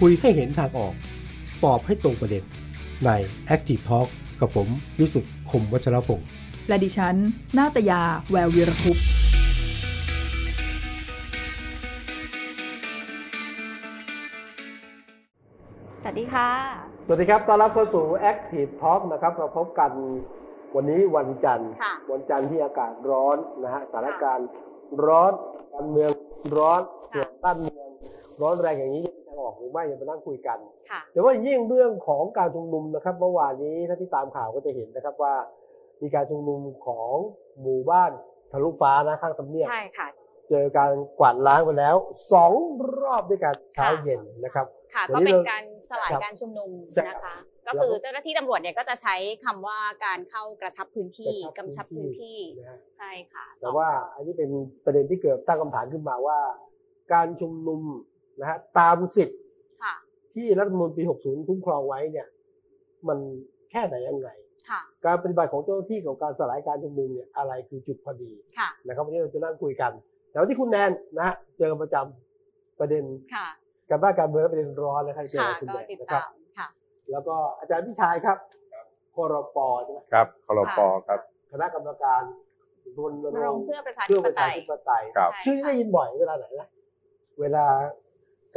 คุยให้เห็นทางออก ตอบให้ตรงประเด็น ใน Active Talk กับผมวิสุทธ์คมวัชรพงศ์ และดิฉัน นาตยา แวววีรคุปต์ สวัสดีค่ะ สวัสดีครับ ต้อนรับเข้าสู่ Active Talk นะครับ เราพบกันวันนี้วันจันทร์ ค่ะ วันจันทร์ที่อากาศร้อนนะฮะสถานการณ์ร้อนการเมืองร้อน ค่ะ บ้านเมืองร้อนแรงอย่างนี้จะมีทางออกหรือไม่อย่ามานั่งคุยกัน ค่ะ แต่ว่ายิ่งเรื่องของการชุมนุมนะครับเมื่อวานนี้ถ้าที่ตามข่าวก็จะเห็นนะครับว่า มีการชุมนุมของหมู่บ้านทะลุฟ้านะข้างทำเนียบ ใช่ค่ะ เจอการกวาดล้างไปแล้วสองรอบด้วยกันเช้าเย็นนะครับ ค่ะ วัน ก็ นี้ เป็น เรา การสลาย ครับ การชุมนุม ใช่ครับ นะคะ แล้วก็ก็ คือเจ้าหน้าที่ตำรวจเนี่ยก็จะใช้คำว่าการเข้ากระชับพื้นที่ ก กำ ระชั ชั บบ พื้ พื้ น น ที่ ที่ นะฮะ ใช่ค่ะ แต่ว่าอันนี้เป็นประเด็นที่เกิดตั้งคำถามขึ้นมาว่า การชุมนุมนะฮะตามสิทธิ ค่ะ ที่รัฐธรรมนูญปี 60 คุ้มครองไว้เนี่ย มันแค่ไหนยังไง ค่ะ การปฏิบัติของเจ้าหน้าที่กับการสลายการชุมนุมเนี่ยอะไรคือจุดพอดี ค่ะ นะครับวันนี้เราจะนั่งคุยกันแล้วที่คุณแนนนะฮะเจอกันประจำประเด็น ค่ะ การบ้านการเมืองและประเด็นร้อนนะครับเจอกัค่ะบคุณ ก็ แนน ติด นะครั ตา บ ม ค่ะ แล้วก็อาจารย์พิชัยครับครปใช่ไหม ครับคอรป ค่ะ ครับ คณะกรรมการรณร รง ง ค์ ค์เพื่อประชาธิ เพื่อ ป ประ ไต ชาย ธิปไตย ครับชื่อที่ใค่ะ ได้ยินบ่อยเวลาไหนนะเวลา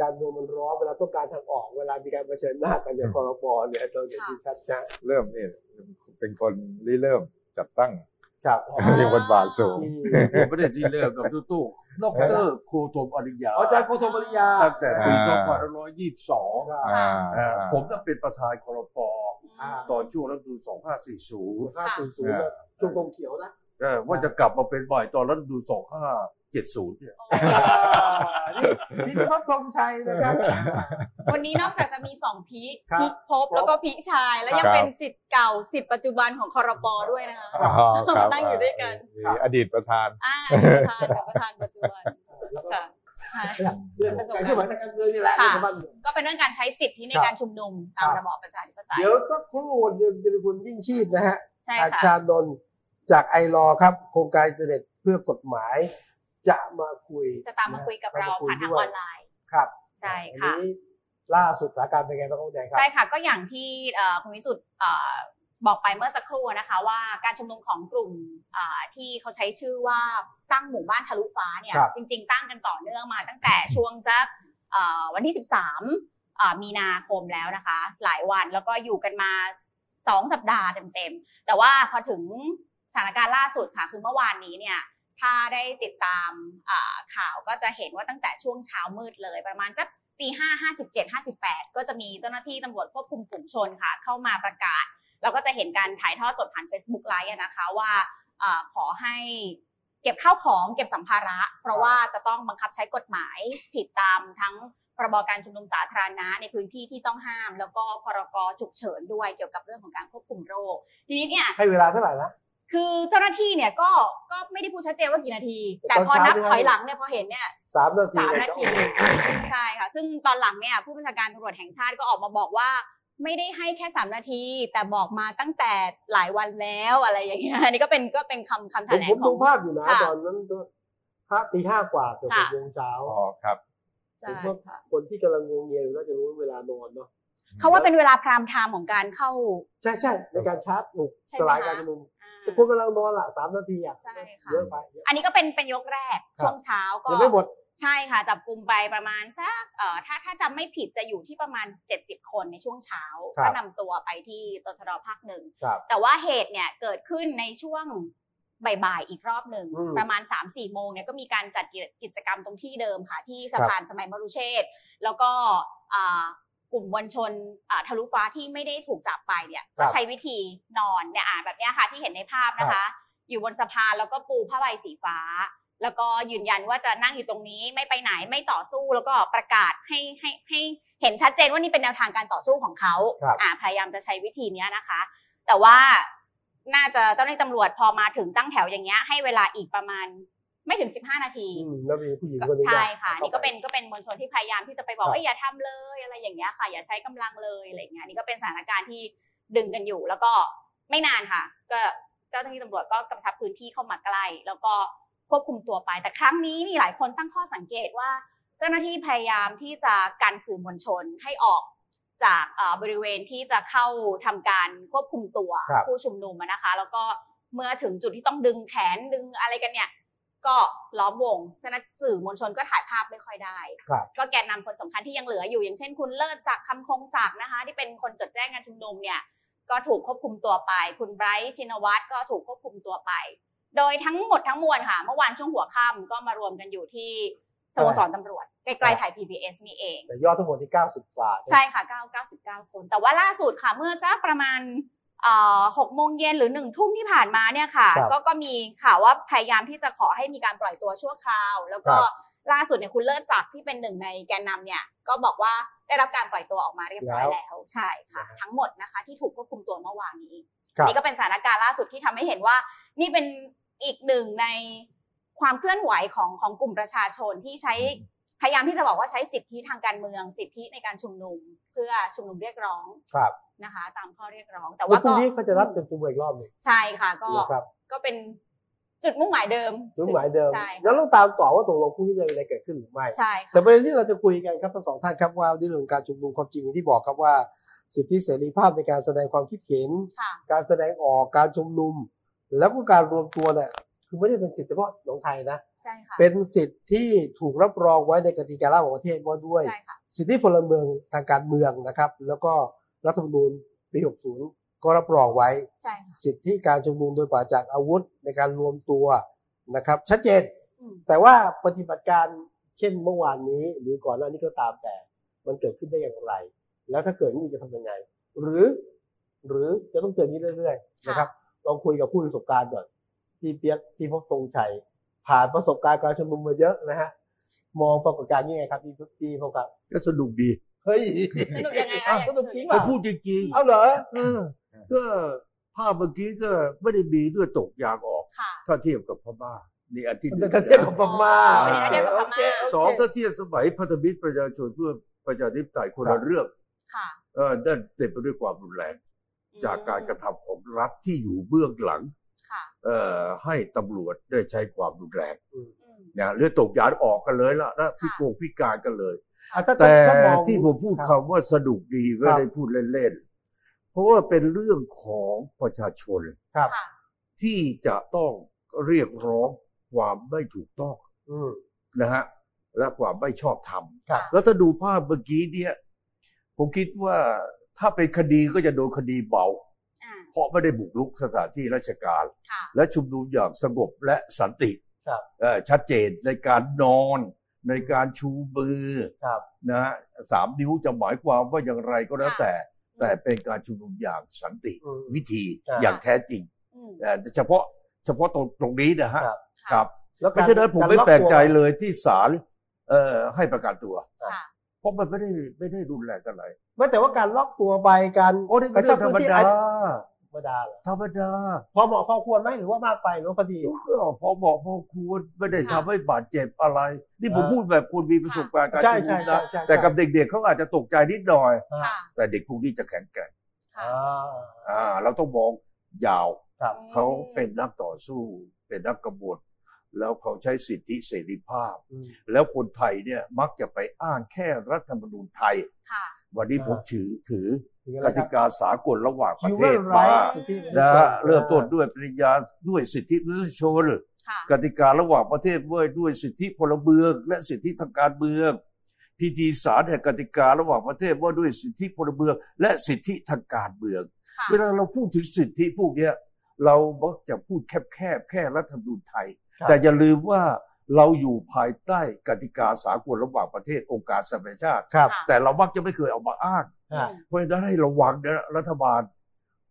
การเมืองมันร้อนเวลาต้องการทางออก เวลามีการเผชิญหน้ากันอย่างคอรปเนี่ยเราเห็นที่ชัดนะ เริ่มนี่เป็นคนริเริ่มจัดตั้ง ครับ มีคนบาทสูง ที่ ผมไม่ได้ที่เริ่มแบบตู้ตู้ดอกเตอร์โคโทมอริยา อาจารย์โคธมปริยา ตั้งแต่ปี อ่า สองพันห้าร้อยยี่สิบสอง ครับ อ่า ผมน่ะเป็นประธานครป อืม ตอนช่วงรัฐธรรมนูลสองพันสี่ศูนย์ ห้าศูนย์ศูนย์จุงกงเขียวนะ ว่าจะกลับมาเป็นใหม่ตอนรัฐธรรมนูลสองห้าเจ็ดศูนย์เนี่ย นี่นี่คือพักธงชัยนะครับ วันนี้นอกจากจะมีสองพีค ครับ พีคภพบแล้วก็พีคชาย แล้วยังเป็นสิทธิ์เก่าสิทธิ์ปัจจุบันของคอรปด้วยนะคะ อ๋อครับ นั่งอยู่ด้วยกัน มีอดีตประธาน อ่าเป็นประธานเป็นประธานปัจจุบัน แล้วก็ ค่ะค่ะ เรื่องของการเคลื่อนไหวทางการเมืองนี่แหละ ค่ะ เรื่องของบ้านเมือง ก็เป็นเรื่องการใช้สิทธิในการชุมนุมตา ค ม รับ ระบอบประชาธิปไตย เดี๋ยวสักครู่เดี๋ยวจะเป็นคุณยิ่งชีพนะฮะ ใช่ อา ค่ะ ชานนท์จากไอรอครับ โครงการอินเทอร์เน็ตเพื่อกฎหมาย จะมาคุย จะตามมาคุยกับเราผ่านทางออนไลน์ ครับ ใช่ค่ะ อันนี้ล่าสุดสถานการณ์เป็นไงบ้างครับคุณแดงครับ ใช่ค่ะก็อย่างที่เอ่อคุณวิสุทธ์เอ่อบอกไปเมื่อสักครู่นะคะว่าการชุมนุมของกลุ่มเอ่อที่เขาใช้ชื่อว่าตั้งหมู่บ้านทะลุฟ้าเนี่ย ครับ จริง ๆ ตั้งกันต่อเนื่องมาตั้งแต่ช่วงสักเอ่อวันที่ 13เอ่อมีนาคมแล้วนะคะ หลายวันแล้วก็อยู่กันมาสองสัปดาห์เต็มๆแต่ว่าพอถึงสถานการณ์ล่าสุดค่ะคือเมื่อวานนี้เนี่ย ถ้าได้ติดตามอ่าข่าวก็จะเห็นว่าตั้งแต่ช่วงเช้ามืดเลย ประมาณสักตีห้าห้าสิบเจ็ดห้าสิบแปดก็จะมีเจ้าหน้าที่ตำรวจควบคุมฝูงชนค่ะ เข้ามาประกาศ แล้วก็จะเห็นการถ่ายทอดสดผ่าน Facebook Live อะนะคะว่าอาขอให้เก็บข้าวของเก็บสัมภาระ เพราะว่าจะต้องบังคับใช้กฎหมายผิดตามทั้งพรบการชุมนุมสาธารณะในพื้นที่ที่ต้องห้าม แล้วก็พรกฉุกเฉินด้วยเกี่ยวกับเรื่องของการควบคุมโรค ทีนี้เนี่ย ให้เวลาเท่าไหร่นะ คือเจ้าหน้าที่เนี่ยก็ก็ไม่ได้พูดชัดเจนว่ากี่นาที แต่ แต่ ตอน พอนับ เช้าเนี่ย ถอยหลังเนี่ยพอเห็นเนี่ย สามนาที สามนาทีใช่ค่ะ ซึ่งตอนหลังเนี่ยผู้บัญชาการตำรวจแห่งชาติก็ออกมาบอกว่า ไม่ได้ให้แค่สามนาที แต่บอกมาตั้งแต่หลายวันแล้วอะไรอย่างเงี้ยอันนี้ก็เป็นก็เป็นคำคำแถ ผม ลง ผม ขอ ดู ง ภาพอยู่นะ ค่ะ ตอนนั้นห้าตีห้ากว่าเกือบห ค่ะ กโมงเช้า อ๋อครับ ใช่ค่ะ คนที่กำลังงงเงียอยู่น่าจะรู้เวลานอนเนาะ เขาว่าเป็นเวลาพรามไทม์ของการเข้า ใช่ใช่ในการชาร์จปลุก ใช่ ส ไหม ลายการ คะ ชุมนุม อ่า แต่คนกำลังนอนละสามนาทีอ่ะ ใช่ค่ะ เยอะไปเยอะ อันนี้ก็เป็นเป็นยกแรก ครับ ช่วงเช้าก็ ยังไม่หมด ใช่ค่ะ จับกลุ่มไปประมาณสักเอ่อถ้าถ้าจำไม่ผิดจะอยู่ที่ประมาณ 70 คนในช่วงเช้า ครับ ก็นำตัวไปที่ตชดภาคหนึ่ง ครับ แต่ว่าเหตุเนี่ยเกิดขึ้นในช่วงบ่ายๆอีกรอบหนึ่ง อืม ประมาณ 3 4 โมงเนี่ยก็มีการจัดกิจกิจกรรมตรงที่เดิมค่ะ ที่สะพานสมัยมรุเชษฐ์แล้วก็อ่ากลุ่มมวลชนอ่าทะลุฟ้าที่ไม่ได้ถูกจับไปเนี่ย ครั ก็ บ ใช้วิธีนอนเนี่ยอ่าแบบเนี้ยค่ะที่เห็นในภาพนะคะ อยู่บนสะพานแล้วก็ปูผ้าใบสีฟ้า แล้วก็ยืนยันว่าจะนั่งอยู่ตรงนี้ไม่ไปไหนไม่ต่อสู้แล้วก็ประกาศให้ให้ให้เห็นชัดเจนว่านี่เป็นแนวทางการต่อสู้ของเขา ครับ อ่าพยายามจะใช้วิธีเนี้ยนะคะ แต่ว่าน่าจะเจ้าหน้าที่ตำรวจพอมาถึงตั้งแถวอย่างเงี้ยให้เวลาอีกประมาณไม่ถึง 15 นาที อืมแล้วมีผู้หญิงคนหนึง ใช่ น ค่ะนี่ก็เป็นก็เป็นมวลชนที่พยายามที่จะไปบอก ครับ ว่าอย่าทำเลยอะไรอย่างเงี้ยค่ะ อย่าใช้กำลังเลยอะไรอย่างเงี้ยนี่ก็เป็นสถานการณ์ที่ดึงกันอยู่ แล้วก็ไม่นานค่ะ ก็เจ้าหน้าที่ตำรวจก็กำชับพื้นที่เข้ามาใกล้แล้วก็ควบคุมตัวไป แต่ครั้งนี้นี่หลายคนตั้งข้อสังเกตว่า เจ้าหน้าที่พยายามที่จะกันสื่อมวลชนให้ออกจากเอ่อบริเวณที่จะเข้าทำการควบคุมตัว ครับ ผู้ชุมนุมอะนะคะ แล้วก็เมื่อถึงจุดที่ต้องดึงแขนดึงอะไรกันเนี่ย ก็ล้อมวงฉะนั้นสื่อมวลชนก็ถ่ายภาพไม่ค่อยได้ ครับ ก็แกนนำคนสำคัญที่ยังเหลืออยู่ อย่างเช่นคุณเลิศศักดิ์คำคงศักดิ์นะคะ ที่เป็นคนจดแจ้งการชุมนุมเนี่ยก็ถูกควบคุมตัวไป คุณไบรท์ชินวัตรก็ถูกควบคุมตัวไป โดยทั้งหมดทั้งมวลค่ะ เมื่อวานช่วงหัวค่ำก็มารวมกันอยู่ที่สโมสรตำรวจใกล้ๆไทย PBS นี่เอง แต่ยอดทั้งหมดที่ 90 กว่า ใช่ค่ะ 999 คน แต่ว่าล่าสุดค่ะ เมื่อสักประมาณเอ่อ6โมงเย็นหรือ 1 ทุ่มที่ผ่านมาเนี่ยค่ะ ครับ ก็ก็มีข่าวว่าพยายามที่จะขอให้มีการปล่อยตัวชั่วคราว แล้วก็ ครับ ล่าสุดเนี่ยคุณเลิศศักดิ์ที่เป็นหนึ่งในแกนนำเนี่ย ก็บอกว่าได้รับการปล่อยตัวออกมาเรียบร้อยแล้ว ใช่ค่ะ ทั้งหมดนะคะที่ถูกควบคุมตัวเมื่อวานนี้ ครับ นี่ก็เป็นสถานการณ์ล่าสุดที่ทำให้เห็นว่า นี่เป็นอีกหนึ่งในความเคลื่อนไหวของของกลุ่มประชาชนที่ใช้พยายามที่จะบอกว่าใช้สิทธิทางการเมือง สิทธิในการชุมนุม เพื่อชุมนุมเรียกร้อง ครับ นะคะ ตามข้อเรียกร้อง แต่ แล้ว ว่า พรุ่ ก็ งนี้เขาจะรับจนตัวอีกรอบหนึ่ง ใช่ค่ะ ก็ นะครับ ก็เป็นจุดมุ่งหมายเดิม จุดหมายเดิม ใช่ แล้วต้องตามต่อว่าตกลงพรุ่งนี้จะมีอะไรเกิดขึ้นหรือไม่ ใช่ค่ะ แต่ประเด็นที่เราจะคุยกันครับทั้งสองท่านครับว่าในเรื่องของการชุมนุมความจริงอย่างที่บอกครับว่า สิทธิเสรีภาพในการแสดงความคิดเห็น ค่ะ การแสดงออกการชุมนุม แล้วก็การรวมตัวเนี่ยคือไม่ได้เป็นสิทธิเฉพาะของไทยนะ ใช่ค่ะ เป็นสิทธิที่ถูกรับรองไว้ในกติกาล่างของประเทศว่าด้วย ใช่ค่ะ สิทธิพลเมืองทางการเมืองนะครับ แล้วก็รัฐธรรมนูญปี 60 ก็รับรองไว้ ใช่ค่ะ สิทธิการชุมนุมโดยปราศจากอาวุธในการรวมตัวนะครับ ชัดเจน อืม แต่ว่าปฏิบัติการเช่นเมื่อวานนี้ หรือก่อนหน้านี้ก็ตามแต่ มันเกิดขึ้นได้อย่างไร แล้วถ้าเกิดนี่จะทำยังไง หรือ หรือจะต้องเจออย่างนี้เรื่อยๆ ค่ะ นะครับลองคุยกับผู้มีประสบการณ์ก่อนพี่เปียกพี่พบทรงชัยผ่านประสบการณ์การชุมนุมมาเยอะนะฮะมองปรากฏการณ์ยังไงครับพี่พี่พบครับ ก็สนุกดี เฮ้ย สนุกยังไง อ้าวอะอยาก สนุกจริง ก็ ป่ะ พูดจริง เอาเหรอ ๆเออก็ภาพเมื่อกี้ก็ไม่ได้มีด้วยตกยางออก ค่ะ ถ้าเทียบกับพม่านี่อาทิตย์หนึ่ง ถ้าเทียบกับพม่า อ๋อเทียบกับพโอม่าเคโเค สองถ้าเทียบสมัยพันธมิตรประชาชนเพื่อประชาธิปไตยคน ครั ละ บ เรื่อง ค่ะ เออนั่นเต็มไปด้วยความรุนแรง อืม จากการกระทำของรัฐที่อยู่เบื้องหลัง ค่ะ เอ่อให้ตำรวจได้ใช้ความรุนแรง อืม นะเลือดตกยานออกกันเลยละนะ ค่ะ พี่โกงพิการกันเลย อ่ะถ้า แต่ ถ้ามอง ที่ผมพูด ครั คำ บ ว่าสนุกดีไม่ได้พูดเล่นๆ เพราะว่าเป็นเรื่องของประชาชน ครับ ค่ะ ที่จะต้องเรียกร้องความไม่ถูกต้อง อืม นะฮะและความไม่ชอบธรรม ครับ แล้วถ้าดูภาพเมื่อกี้เนี่ย ผมคิดว่าถ้าเป็นคดีก็จะโดนคดีเบา อ่า เพราะไม่ได้บุกรุกสถานที่ราชการ ค่ะ และชุมนุมอย่างสงบและสันติ ครับ เอ่อชัดเจนในการนอนในการชูมือ ครับ นะฮะสามนิ้วจะหมายความว่าอย่างไรก็แล้ว ค่ะ แต่ แต่เป็นการชุมนุมอย่างสันติ อืม วิธี ครับ อย่างแท้จริง อืม เอ่อเฉพาะเฉพาะตรงตรงนี้นะฮะ ครับ ครับ แล้วการเพาะฉะนั้นผมารไม่ล็อ แปลกใจ ว เลยที่ศาลเอ่อให้ประกันตัว ครับ ค่ะ เพราะมันไม่ได้ไม่ได้รุนแรงอะไร ไม่แต่ว่าการล็อกตัวไปการ โอ้นี่เป็นเรื่องธรรมดา ธรรมดาเหรอ ธรรมดา พอเหมาะพอควรไหมหรือว่ามากไปหรือว่าพอดี ก็พอเหมาะพอควรไม่ได้ทำ ค่ะ ให้บาดเจ็บอะไร นี่ผม อ่า พูดแบบคุณมีประสบการณ์การ ใช่ ชุม ใช่ นุม ใช่ นะ ใช่ แต่กับเด็กๆเขาอาจจะตกใจนิดหน่อย ค่ะ แต่เด็กพวกนี้จะแข็งแกร่ง ค่ะ อ่า อ่าเราต้องมองยาว ครับ เขาเป็นนักต่อสู้ เป็นนักกบฏแล้วเขาใช้สิทธิเสรีภาพ อืม แล้วคนไทยเนี่ยมักจะไปอ้างแค่รัฐธรรมนูญไทย ค่ะ วันนี้ อ่า ผมถือถือ ถึงอะ ก ไรค ติ รับ กาสากลระหว่างประเท Human ศ Rights มา สิทธิมนุษยช นะ น ฮะเริ่มต้นด้วยปริญญาด้วยสิทธิมนุษยชน ค่ะ กติการะหว่างประเทศเว้ยด้วยสิทธิพลเมือง และสิทธิทางการเมือง พิธีสารแห่งกติการะหว่างประเทศว่าด้วยสิทธิพลเมือง และสิทธิทางการเมือง ค่ะ เวลาเราพูดถึงสิทธิพวกเนี้ยเรามักจะพูดแคบๆแค่รัฐธรรมนูญไทย ครับ แต่อย่าลืมว่าเราอยู่ภายใต้กติกาสากลระหว่างประเทศองค์การสหประชาชาติ ครับ ค่ะ แต่เรามักจะไม่เคยเอามาอ้าง อ่า เพราะฉะนั้นให้ระวังนะรัฐบาล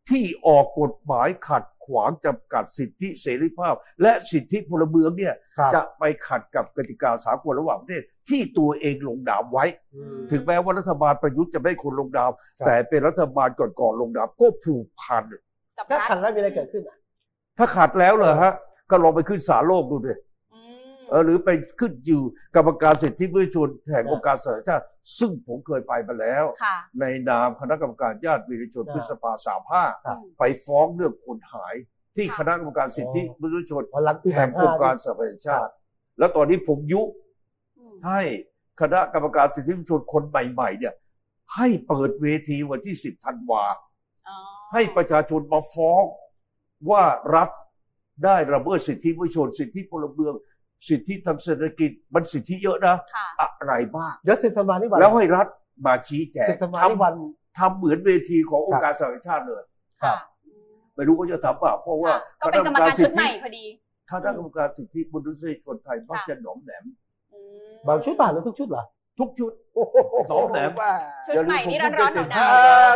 ที่ออกกฎหมายขัดขวางจำกัดสิทธิเสรีภาพ และสิทธิพลเมืองเนี่ย ครับ จะไปขัดกับกติกาสากลระหว่างประเทศ ที่ตัวเองลงดาวไว้ อืม ถึงแม้ว่ารัฐบาลประยุทธ์จะไม่ให้คนลงดาว ครับ แต่เป็นรัฐบาลก่อนๆลงดาวก็ผูกพัน กับ ถ้า รัฐ ขันแล้วมีอะไรเกิดขึ้นอ่ะ ถ้าขัดแล้วเหรอฮะ ก็ลองไปขึ้นศาลโลกดูดิ อืม เออหรือไปขึ้นอยู่กรรมการสิทธิมนุษยชนแห่งองค์การสหประชาชาติซึ่งผมเคยไปมาแล้ว ค่ะ ในนามคณะกรรมการญาติวีรชน ครับ พฤษภาสามห้า ครับ อืม ไปฟ้องเรื่องคนหายที่ ค่ะ คณะกรรมการสิทธิมนุษยชน พอหลังปี แห่งองค์การ ส สหประชาชาติ แล้วตอนนี้ผมยุ อืม ให้ คณะกรรมการสิทธิมนุษยชนคนใหม่ๆเนี่ยให้เปิดเวทีวันที่ 10ธันวา อ๋อ ให้ประชาชนมาฟ้องว่ารัฐได้ระเบิดสิทธิมนุษยชน สิทธิพลเมือง สิทธิทางเศรษฐกิจมันสิทธิเยอะนะ ค่ะ อะไรบ้าง เดี๋ยวสิบธันวานี่วัน แล้วให้รัฐมาชี้แจง สิบธันวา ท นี่วัน ำทำเหมือนเวทีขององค์การสหประชาชาติเลย ครับ อืม ไม่รู้เขาจะทำเปล่าเพราะว่า ค่ะก็เป็นกรรมการชุดใหม่พอดี คณะกรรมการสิทธิมนุษยชนไทยมัก ค่ะ จะหนอมแหนม อืม บางชุดป่าหรือทุกชุดเหรอ ทุกชุด โอ้โ สองแหลม ว่า ชุดใหม่นี่ร้อนร้อนหนาวห อ่ นา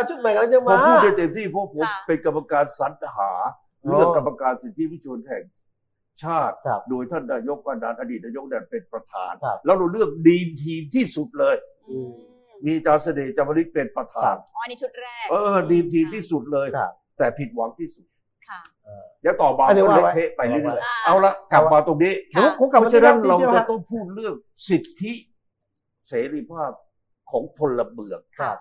ว าชุดใหม่กำลังจะ ผม มา พูดได้เต็มที่เพราะผม ค่ะ เป็นกรรมการสรรหาเลือกกรรมการสิทธิมนุษยชนแห่งชาติ ครับ โดยท่านนายกประดานอดีตนายกแดนเป็นประธาน ครับ แล้วเราเลือกดีมทีมที่สุดเลย อืม มีอาจารย์เสน่ห์จามริกเป็นประธาน อ๋ออันนี้ชุดแรก เออดีมทีมที่สุดเลย ครับ แต่ผิดหวังที่สุด ค่ะ เดี๋ยวต่อมา อันนี้ ก็ ว่าไว้เละเทะไปเรื่อย อ่า ๆเอาละกลับมาตรงนี้ เดี๋ยวผมกลับ เพ มา ราะฉะนั้นเรา ที่ จะ อง ต้องพูดเรื่องสิทธิเสรีภาพของพลเมือง ครับ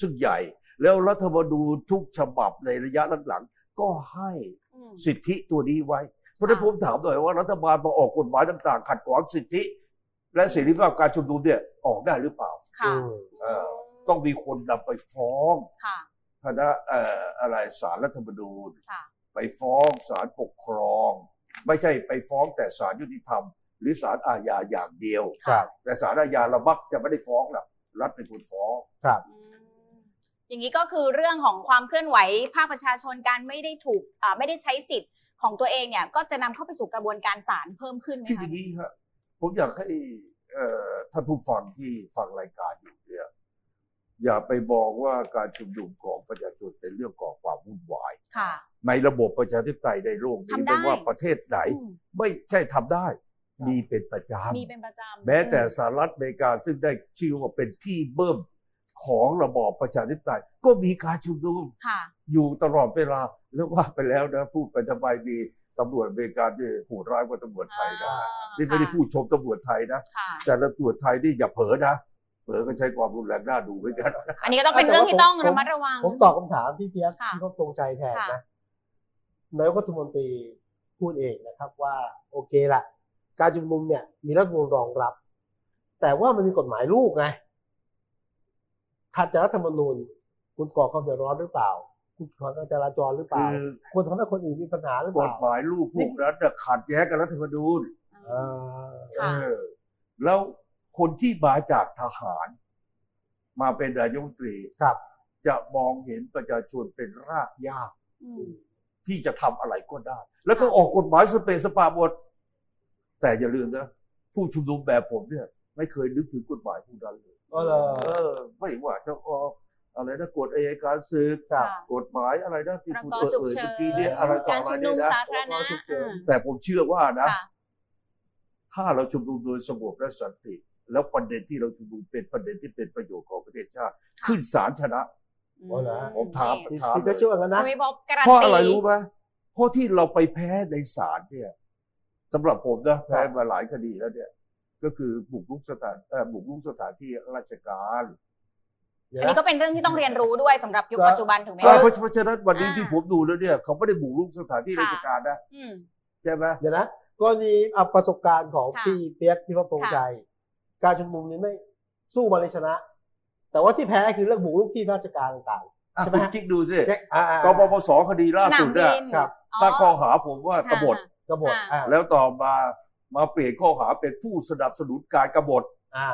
ซึ่งใหญ่ แล้วรัฐธรรมนูญทุกฉบับในระยะหลังๆ ก็ให้ อืม สิทธิตัวนี้ไว้ เพราะฉะนั้น ค่ะ ผมถามหน่อยว่ารัฐบาลมาออกกฎหมายต่างๆ ขัดขวางสิทธิ และเสรีภาพการชุมนุมเนี่ยออกได้หรือเปล่า ค่ะ อืม เออ ต้องมีคนนำไปฟ้อง ค่ะ คณะเอ่ออะไรศาลรัฐธรรมนูญ ค่ะ ไปฟ้องศาลปกครอง ไม่ใช่ไปฟ้องแต่ศาลยุติธรรม หรือศาลอาญาอย่างเดียว ครับ แต่ศาลอาญาเรามักจะไม่ได้ฟ้องหรอกรัฐเป็นคนฟ้อง อืมอย่างนี้ก็คือเรื่องของความเคลื่อนไหวภาคประชาชนการไม่ได้ถูกอ่าไม่ได้ใช้สิทธิ์ของตัวเองเนี่ย ก็จะนำเข้าไปสู่กระบวนการศาลเพิ่มขึ้นไหม คิดอ คะ ย่างนี้ครับผมอยากให้เอ่อท่านผู้ฟังที่ฟังรายการอยู่เนี่ยอย่าไปมองว่าการชุมนุมของประชาชนเป็นเรื่องก่อความวุ่นวาย ค่ะ ในระบบประชาธิปไตยในโลกนี้ ทำได้ ไม่ว่าประเทศไหน อืม ไม่ใช่ทำได้ มีเป็นประจำ มีเป็นประจำ แม้แต่ อื สหรัฐอเมริกาซึ่งได้ชื่อว่าเป็นที่เบิ่มของระบอบประชาธิปไตยก็มีการชุมนุม ค่ะ อยู่ตลอดเวลาแล้วว่าไปแล้วนะพูดไปทำไมมีตำรวจอเมริกาเนี่ยโหดร้ายกว่าตำรวจไทยนะ อ่า นี่ไม่ได้พูดชมตำรวจไทยนะ ค่ะ แต่ตำรวจไทยนี่อย่าเผลอนะเผลอก็ใช้ความรุนแรงน่าดูเหมือนกัน อันนี้ก็ต้องเป็นเรื่องที่ต้องระมัดระวัง ผมตอบคำถามพี่เพียก ค่ะ พี่พบตรงใจแทน ค่ะ นะนายกรัฐมนตรีพูดเองนะครับว่า โอเคละการชุมนุมเนี่ย มีรัฐธรรมนูญรองรับ แต่ว่ามันมีกฎหมายลูกไงขัดจากรัฐธรรมนูญ คุณก่อความเดือดร้อนหรือเปล่า คุณขวางการจราจรหรือเปล่า คือ คุณทำให้คนอื่นมีปัญหาหรือเป กฎ ล่า หมายลูกพวกนั้นน่ะขัดแย้งกับรัฐธรรมนูญ เออ เอ ค่ะ อแล้วคนที่มาจากทหาร มาเป็นนายกรัฐมนตรี ครับ จะมองเห็นประชาชนเป็นรากหญ้า อืม ที่จะทำอะไรก็ได้ แล้วก็ออกกฎหมายสเปซสปาหมดแต่อย่าลืมนะ ผู้ชุมนุมแบบผมเนี่ย ไม่เคยนึกถึงกฎหมายพวกนั้นเลย ก็เลย เออ ไม่ว่าจะออกอะไรนะกฎอายการศึก ครับ กฎหมายอะไรนะที่ พร คุณ ก เอ่ย ฉุก เอ่ย เฉิ เมื่อน กี้เนี่ยอะไรต่อ การ อะไร ชุมนุมเนี่ยนะ สาธารณะ พรกฉุกเฉิน แต่ผมเชื่อว่านะ ค่ะ ถ้าเราชุมนุมโดยสงบและสันติ แล้วประเด็นที่เราชุมนุมเป็นประเด็นที่เป็นประโยชน์ของประเทศชาติ ขึ้นศาลชนะ อ๋อเหรอ ผมถาม พี่พี่ก็เชื่อกันนะ คุณวิภพการัน เพราะอะไร ตี รู้ไหมเพราะที่เราไปแพ้ในศาลเนี่ยสำหรับผมนะแพ้มาหลายคดีแล้วเนี่ย ก็คือบุกรุกสถานเอ่อบุกรุกสถานที่ราชการ เดี๋ยว อันนี้ นะ ก็เป็นเรื่องที่ต้องเรียนรู้ด้วยสำหรับยุคปัจจุบันถูกไหม ก็ คะ เพราะฉะนั้นวันนี้ อ่า ที่ผมดูแล้วเนี่ย เขาไม่ได้บุกรุกสถานที่ ค่ะ ราชการนะ อืม ใช่ไหม เดี๋ยวนะกรณีอ่ะประสบการณ์ของ ค่ะ พี่เปียกพี่พบตรงใจ การชุมนุมนี้ไม่สู้มาเลยชนะ แต่ว่าที่แพ้คือเรื่องบุกรุกที่ราชการต่าง อ่ะ ใช่ไหม คุณคิดดูสิ ๆแจ็คอ่าอ่าก ปปสคดีล่าสุดเนี่ย สนามบิน ครับ ตั้งข้อหาผมว่ากบฏ กบฏอ่า แล้วต่อมามาเปลี่ยนข้อหาเป็นผู้สนับสนุนการกบฏ อ่า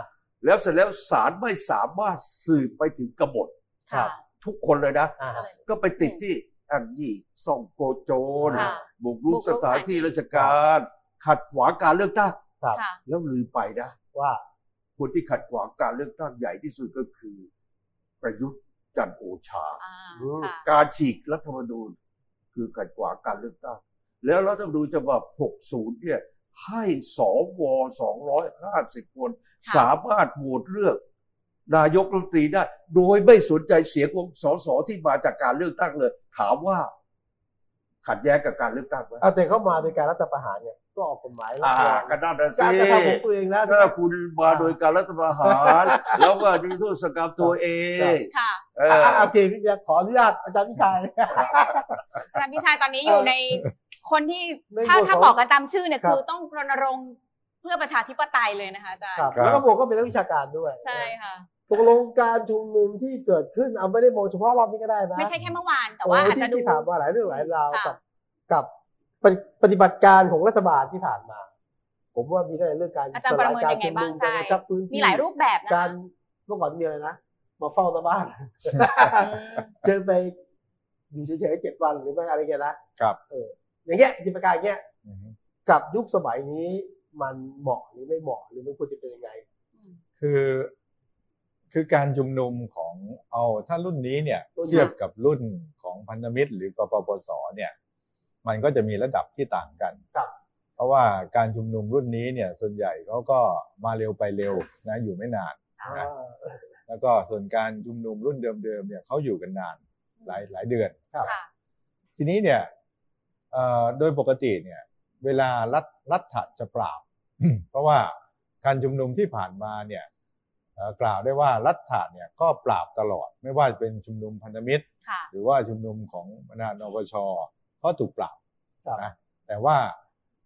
แล้วเสร็จแล้วศาลไม่สามารถสืบไปถึงกบฏ ครั ค่ะ บ ทุกคนเลยนะ อ่า ก็ไปติดที่อังยี่ซ่องโกโจร ค่ะ บุกรุ บุกกรุก สถานที่ สถานที่ ราชการ ขัดขวางการเลือกตั้ง ครับ ค่ะ แล้วลือไปนะ ว่า คนที่ขัดขวางการเลือกตั้งใหญ่ที่สุดก็คือ ประยุทธ์จันทร์โอชา อ่าค่ะ การฉีกรัฐธรรมนูญคือขัดขวางการเลือกตั้ง แล้วรัฐธรรมนูญฉบับ 60 เนี่ย ให้สว250 คน ค่ะ สามารถโหวตเลือกนายกรัฐมนตรีได้ โดยไม่สนใจเสียงของสสที่มาจากการเลือกตั้งเลย ถามว่า ขัดแย้งกับการเลือกตั้งไหม เอาแต่เข้ามาโดยการรัฐประหารเนี่ยก็ออกกฎหมายแล้ว อ่าก็น่าจะ การ สิ กระทำของตัวเองแล้ว ถ้าคุณมาโดยการรัฐประหาร แล้วก็นิรโทษกรรมตัวเอง ค่ะ เอ อ่ะ อ อ่ะโอเคพี่เปียกขออนุญาตอาจารย์พิชัย อาจารย์พิชัยตอนนี้อยู่ในคนที่ ใน ถ้า หมวด ถ้า ของ บอกกันตามชื่อเนี่ย ครับ คือต้องรณรงค์ เพื่อประชาธิปไตยเลยนะคะอาจารย์ ครับ ครับ แล้วก็บวกก็เป็นนักวิชาการด้วย ใช่ค่ะ ตกลงการชุมนุมที่เกิดขึ้นเอาไม่ได้มองเฉพาะรอบนี้ก็ได้นะ ไม่ใช่แค่เมื่อวานแต่ว่า โ อาจจะ ที่ ดู ที่ถามมาหลายเรื่องหลายราว ค่ะ กับกับปฏิปฏิบัติการของรัฐบาลที่ผ่านมา ผมว่ามีได้เรื่องการ อาจารย์ประเมินยังไงบ้าง สลยกรชุมนุมการกใช่ระชับพื้นที่ มีหลายรูปแบบนะ การเมื่อก่อนมีอะไรนะมาเฝ้าหน้าบ้าน อืม เชิญไปอยู่เฉยๆเจ็ดวันหรือไม่อะไรเงี้ยนะครับ เอออย่างเงี้ยปฏิบัติการอย่างเงี้ย อือฮึ กับยุคสมัยนี้มันเหมาะหรือไม่เหมาะหรือมันควรจะเป็นยังไง คือ คือการชุมนุมของเอาถ้ารุ่นนี้เนี่ย รุ่น เทียบกับรุ่นของพันธมิตร หรือกปปสเนี่ย มันก็จะมีระดับที่ต่างกัน ครับ เพราะว่าการชุมนุมรุ่นนี้เนี่ย ส่วนใหญ่เขาก็มาเร็วไปเร็วนะอยู่ไม่นาน อ่า แล้วก็ส่วนการชุมนุมรุ่นเดิมๆเนี่ยเขาอยู่กันนานหลายหลายเดือน ค่ะ ทีนี้เนี่ยเอ่อโดยปกติเนี่ยเวลารัฐรัฐจะปราบ เพราะว่าการชุมนุมที่ผ่านมาเนี่ยเอ่อกล่าวได้ว่ารัฐเนี่ยก็ปราบตลอด ไม่ว่าจะเป็นชุมนุมพันธมิตร ค่ะ หรือว่าชุมนุมของบรรดานปชก็ถูกปราบ ครับ นะ แต่ว่า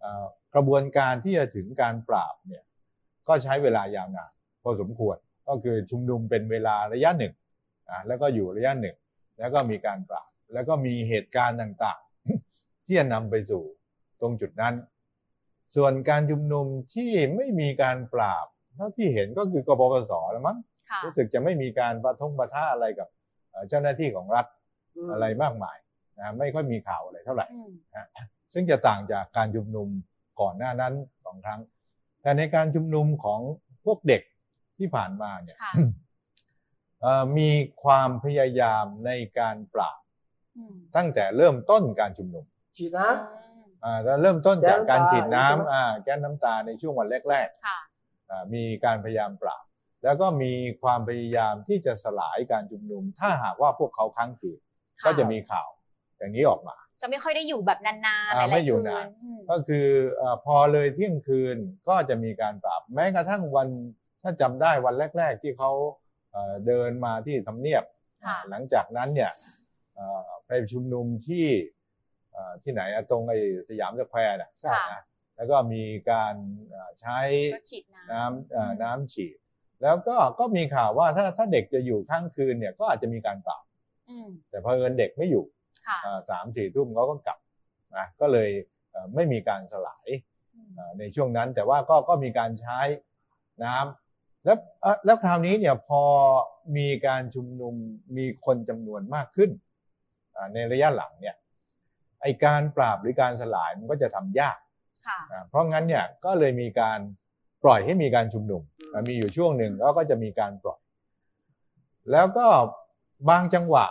เอ่อกระบวนการที่จะถึงการปราบเนี่ยก็ใช้เวลายาวนานพอสมควรก็คือชุมนุมเป็นเวลาระยะหนึ่งอ่าแล้วก็อยู่ระยะหนึ่ง แล้วก็มีการปราบ แล้วก็มีเหตุการณ์ต่างๆ ที่จะนำไปสู่ตรงจุดนั้น ส่วนการชุมนุมที่ไม่มีการปราบเท่าที่เห็นก็คือกปปสแล้วมั้ง ค่ะ รู้สึกจะไม่มีการประทงประท่าอะไรกับเอ่อเจ้าหน้าที่ของรัฐอะไรมากมายนะไม่ค่อยมีข่าวอะไรเท่าไหร่ อืม ซึ่งจะต่างจากการชุมนุมก่อนหน้านั้นสองครั้ง แต่ในการชุมนุมของพวกเด็กที่ผ่านมาเนี่ย ค่ะ เอ่อมีความพยายามในการปราบ อืม ตั้งแต่เริ่มต้นการชุมนุม ฉีดน้ำ อ่าเริ่มต้นจากการฉีด แก๊สน้ำตา น้ำอ่าแก๊สน้ำตาในช่วงวันแรก ค่ะ ๆอ่ามีการพยายามปราบ แล้วก็มีความพยายามที่จะสลายการชุมนุม ถ้าหากว่าพวกเขาค้างคืน ค่ะ ก็จะมีข่าวอย่างนี้ออกมา จะไม่ค่อยได้อยู่แบบนานๆหอ่าลาๆ ไม่อยู่ คื นาน อืม ก็คือเอ่อพอเลยเที่ยงคืนก็จะมีการปรับแม้กระทั่งวันถ้าจำได้วันแรก ๆ ที่เขาเอ่อเดินมาที่ทำเนียบ ค่ะ หลังจากนั้นเนี่ยเอ่อไปชุมนุมที่เอ่อที่ไหนอะตรงไอ้สยามสแควร์น่ะ ค่ะ นะแล้วก็มีการเอ่อใช้ ก็ฉีดน้ำ น้ำเอ่อน้ำฉีด แล้วก็ก็มีข่าวว่าถ้าถ้าเด็กจะอยู่ข้างคืนเนี่ยก็อาจจะมีการปรับ อืม แต่เพอเอิญเด็กไม่อยู่ ค่ะ อ่าสามสี่ทุ่มเขาก็กลับนะก็เลยเอ่อไม่มีการสลาย อืม เอ่อในช่วงนั้นแต่ว่าก็ก็มีการใช้น้ำแล้วเอ่อแล้วคราวนี้เนี่ยพอมีการชุมนุมมีคนจำนวนมากขึ้นอ่าในระยะหลังเนี่ยไอการปราบหรือการสลายมันก็จะทำยาก ค่ะ นะเพราะงั้นเนี่ยก็เลยมีการปล่อยให้มีการชุมนุมอ่ะมีอยู่ช่วงหนึ่งแล้วก็จะมีการปล่อย แล้วก็บางจังหวะ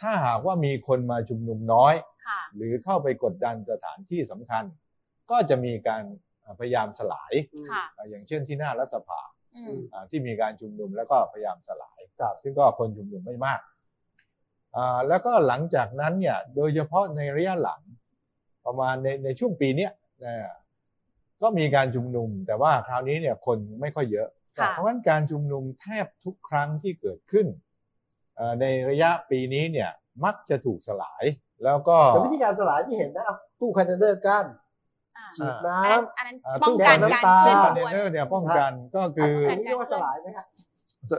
ถ้าหากว่ามีคนมาชุมนุมน้อย ค่ะ หรือเข้าไปกดดันสถานที่สำคัญ ก็จะมีการอ่าพยายามสลาย ค่ะ อ่าอย่างเช่นที่หน้ารัฐสภา อืม อ่าที่มีการชุมนุมแล้วก็พยายามสลาย ครับ ซึ่งก็คนชุมนุมไม่มากอ่าแล้วก็หลังจากนั้นเนี่ยโดยเฉพาะในระยะหลัง ประมาณในในช่วงปีเนี้ยนะก็มีการชุมนุม แต่ว่าคราวนี้เนี่ยคนไม่ค่อยเยอะ ค่ะ เพราะฉะนั้นการชุมนุมแทบทุกครั้งที่เกิดขึ้นเอ่อในระยะปีนี้เนี่ยมักจะถูกสลาย แล้วก็ แต่วิธีการสลายที่เห็นนะเอาตู้คอนเทนเนอร์กั้น อ่า ฉีด อั น้ นนั้นอันนั้น เอ่อ ป้องกัน ตู้ การ แก้วน้ำตา เคลื่อนขบตู้คอนวน นเทเนอร์เนี่ยป้องกันก็คือ ำ ค อัน บ นี้เรียกว่าสลายไหมครับ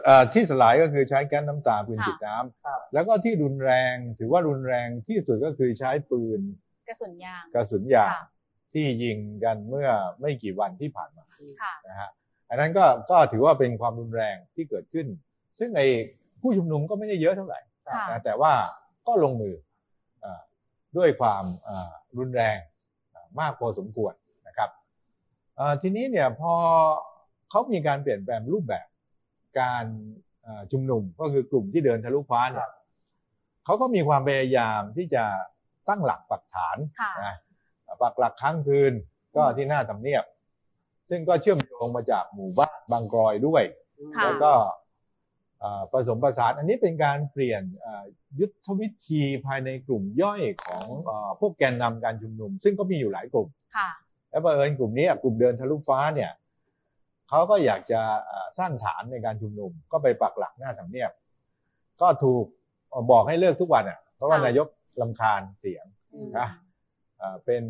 เอ่อที่สลายก็คือใช้แก๊สน้ำตาปืน ค่ะ ฉีดน้ำ ครับ แล้วก็ที่รุนแรงถือว่ารุนแรงที่สุดก็คือใช้ปืน กระสุนยาง กระสุนยาง ค่ะ ที่ยิงกันเมื่อไม่กี่วันที่ผ่านมา ค่ะ นะฮะอันนั้นก็ก็ถือว่าเป็นความรุนแรงที่เกิดขึ้น ซึ่งไอ้ผู้ชุมนุมก็ไม่ได้เยอะเท่าไหร่ ค่ะ นะแต่ว่าก็ลงมืออาด้วยความอ่ารุนแรงอ่ามากพอสมควรนะครับอ่าทีนี้เนี่ยพอเขามีการเปลี่ยนแปลงรูปแบบการอ่าชุมนุมก็คือกลุ่มที่เดินทะลุฟ้าเนี่ยเขาก็มีความพยายามที่จะตั้งหลักปักฐาน ค่ะ นะปักหลักค้างคืนก็ที่หน้าทำเนียบ ซึ่งก็เชื่อมโยงมาจากหมู่บ้านบางกรอยด้วย ค่ะ แล้วก็เอ่อผสมผสานอันนี้เป็นการเปลี่ยนเอ่อยุทธวิธีภายในกลุ่มย่อยของเอ่อพวกแกนนำการชุมนุม ซึ่งก็มีอยู่หลายกลุ่ม ค่ะ และบังเอิญกลุ่มนี้กลุ่มเดินทะลุฟ้าเนี่ยเขาก็อยากจะเอ่อสร้างฐานในการชุมนุม ก็ไปปักหลักหน้าทำเนียบ ก็ถูกบอกให้เลิกทุกวันอ่ะเพราะว่า ค่ะ นายกลำคาญเสียง อืม นะ เอ่อเป็น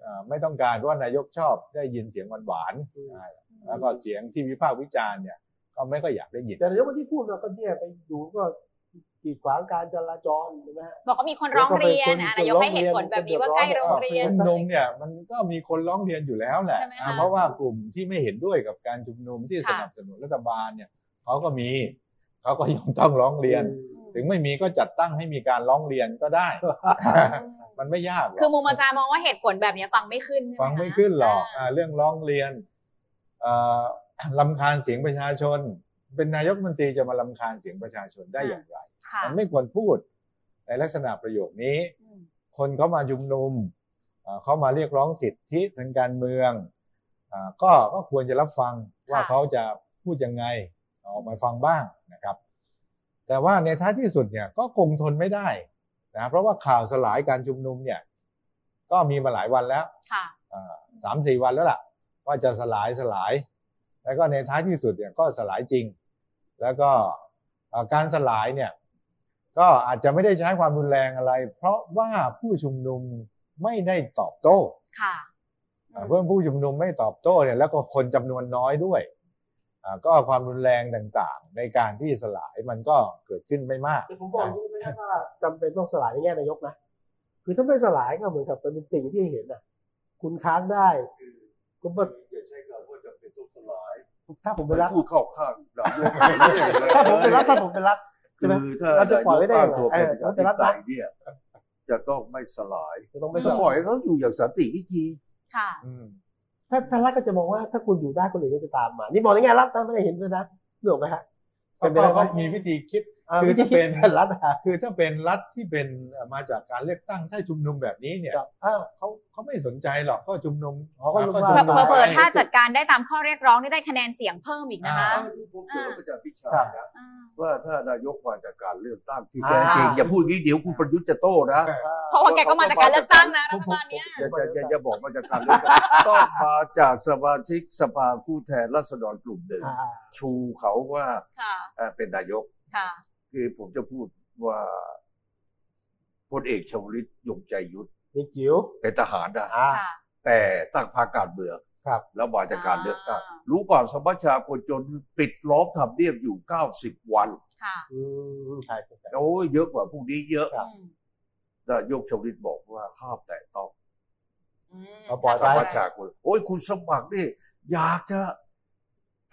เอ่อไม่ต้องการเพราะว่านายกชอบได้ยินเสียงหวานๆอ่าแล้วก็เสียงที่วิพากษ์วิจารณ์เนี่ยก็ไม่ค่อยอยากได้ยิน แต่นายกคนที่พูดเราก็เนี่ยไปดูก็กีดขวางการจราจรใช่ไหมฮะ บอกว่ามีคนร้องเรียนอ่ะนายกให้เหตุผลแบบนี้ว่าใกล้โรงเรียน ชุมนุมเนี่ยมันก็มีคนร้องเรียนอยู่แล้วแหละ ใช่ไหมคะ อ่าเพราะว่ากลุ่มที่ไม่เห็นด้วยกับการชุมนุมที่ส ค่ะ นับสนุนรัฐบาลเนี่ยเขาก็มีเขาก็ยังต้องร้องเรียน ถึงไม่มีก็จัดตั้งให้มีการร้องเรียนก็ได้ มันไม่ยากหร คือ อก มุมอาจารย์มองว่าเหตุผลแบบเนี้ยฟังไม่ขึ้นใช่หะ ฟังไม่ขึ้นหรอกอ่าเรื่องร้องเรียนเอ่อ ลำคาญเสียงประชาชน เป็นนายกรัฐมนตรีจะมาลำคาญเสียงประชาชนได้อย่างไร ค่ะ มันไม่ควรพูดในลักษณะประโยคนี้ อืม คนเขามาชุมนุมเอ่อเขามาเรียกร้องสิทธิทางการเมืองอ่าก็ก็ควรจะรับฟังว่าเขาจะพูดยังไงออกมาฟังบ้างนะครับ แต่ว่าในท้ายที่สุดเนี่ยก็คงทนไม่ได้นะเพราะว่าข่าวสลายการชุมนุมเนี่ยก็มีมาหลายวันแล้ว ค่ะ อ่าสามสี่วันแล้วล่ะ ว่าจะสลายสลาย แล้วก็ในท้ายที่สุดเนี่ยก็สลายจริง แล้วก็เอ่อการสลายเนี่ยก็อาจจะไม่ได้ใช้ความรุนแรงอะไร เพราะว่าผู้ชุมนุมไม่ได้ตอบโต้ ค่ะ อ่าเพื่อนผู้ชุมนุมไม่ตอบโต้เนี่ยแล้วก็คนจำนวนน้อยด้วยอ่าก็ความรุนแรงต่างๆ ในการที่สลายมันก็เกิดขึ้นไม่มาก แต่ผมบอกอย่างนี้ไม่ใช่ว่าจำเป็นต้องสลายในแง่นายกนะ คือถ้าไม่สลายก็เหมือนกับเป็นติ่งที่เห็นน่ะ คุณค้างได้ คุณก็ อย่าใช้คำว่าจะเป็นตัวสลาย ถ้าผมไปรัก พูดเข้าข้างนายก ถ้าผมไปรักถ้าผมไปรัก ใช่ไหม คือถ้า เราจะปล่อยไว้ได้ นาย เหร ก อ ตัวเป็น เออเราจะประชาธิรั ป บ ไต ได้ ยเนี่ยจะต้องไม่สลาย จะต้องไม่ส จะ ลาย ปล่อยให้เขาอยู่อย่างสันติวิธี ค่ะ อืม ถ้าถ้ารักก็จะมองว่าถ้าคุณอยู่ได้คนอื่นก็จะตามมา นี่มองในแง่รักนะไม่ได้เห็นด้วยนะเหนืออกไหมฮะ เป็ ก็ นไปได้ไหม ก็มีวิธีคิด า คือถ้าเป็น รัฐอ่ะ คือถ้าเป็นรัฐที่เป็นเอ่อมาจากการเลือกตั้งถ้าชุมนุมแบบนี้เนี่ย ครับอ่า เขาเขาไม่สนใจหรอกก็ชุมนุม อ๋อก็ชุมนุม ชุ แบบ มนุม เปิด ไป ถ้าจัดการได้ตามข้อเรียกร้องนี่ได้คะแนนเสียงเพิ่มอีกนะคะ อันนี้ผมเสนอประจารย์พิชานะ อ่า ว่าถ้านายกมาจากการเลือกตั้งที่แท้จริง อ่า อย่าพูดอย่างนี้เดี๋ยวคุณประยุทธ์จะโต้นะ เพราะว่าแกก็มาจากการเลือกตั้งนะรัฐบาลเนี้ย อย่าอย่าอย่าอย่าบอกมาจากการเลือกตั้งต้องมาจากสมาชิกสภาผู้แทนราษฎรกลุ่มหนึ่ง อ่า ชูเขาว่า ค่ะ เอ่อเป็นนายก ค่ะ คือผมจะพูดว่าพลเอกชวลิตยงใจยุทธ มีจิ๋ว เป็นทหารนะ อ่า ค่ะ แต่ตั้งพรรคการเมือง ครับ แล้วมาจากการเลือกตั้ง อ่า รู้ป่าวสมัชชาคนจนปิดล้อมทำเนียบอยู่ 90 วัน ค่ะ อืมใช่ใช่ใช่ โอ้ยเยอะกว่าพวกนี้เยอะ ครับ อืม นายกชวลิตบอกว่าห้ามแตะต้อง อืม เอาปล่อย ส ไป มัชชาคนโอ้ยคุณสมัครนี่อยากจะ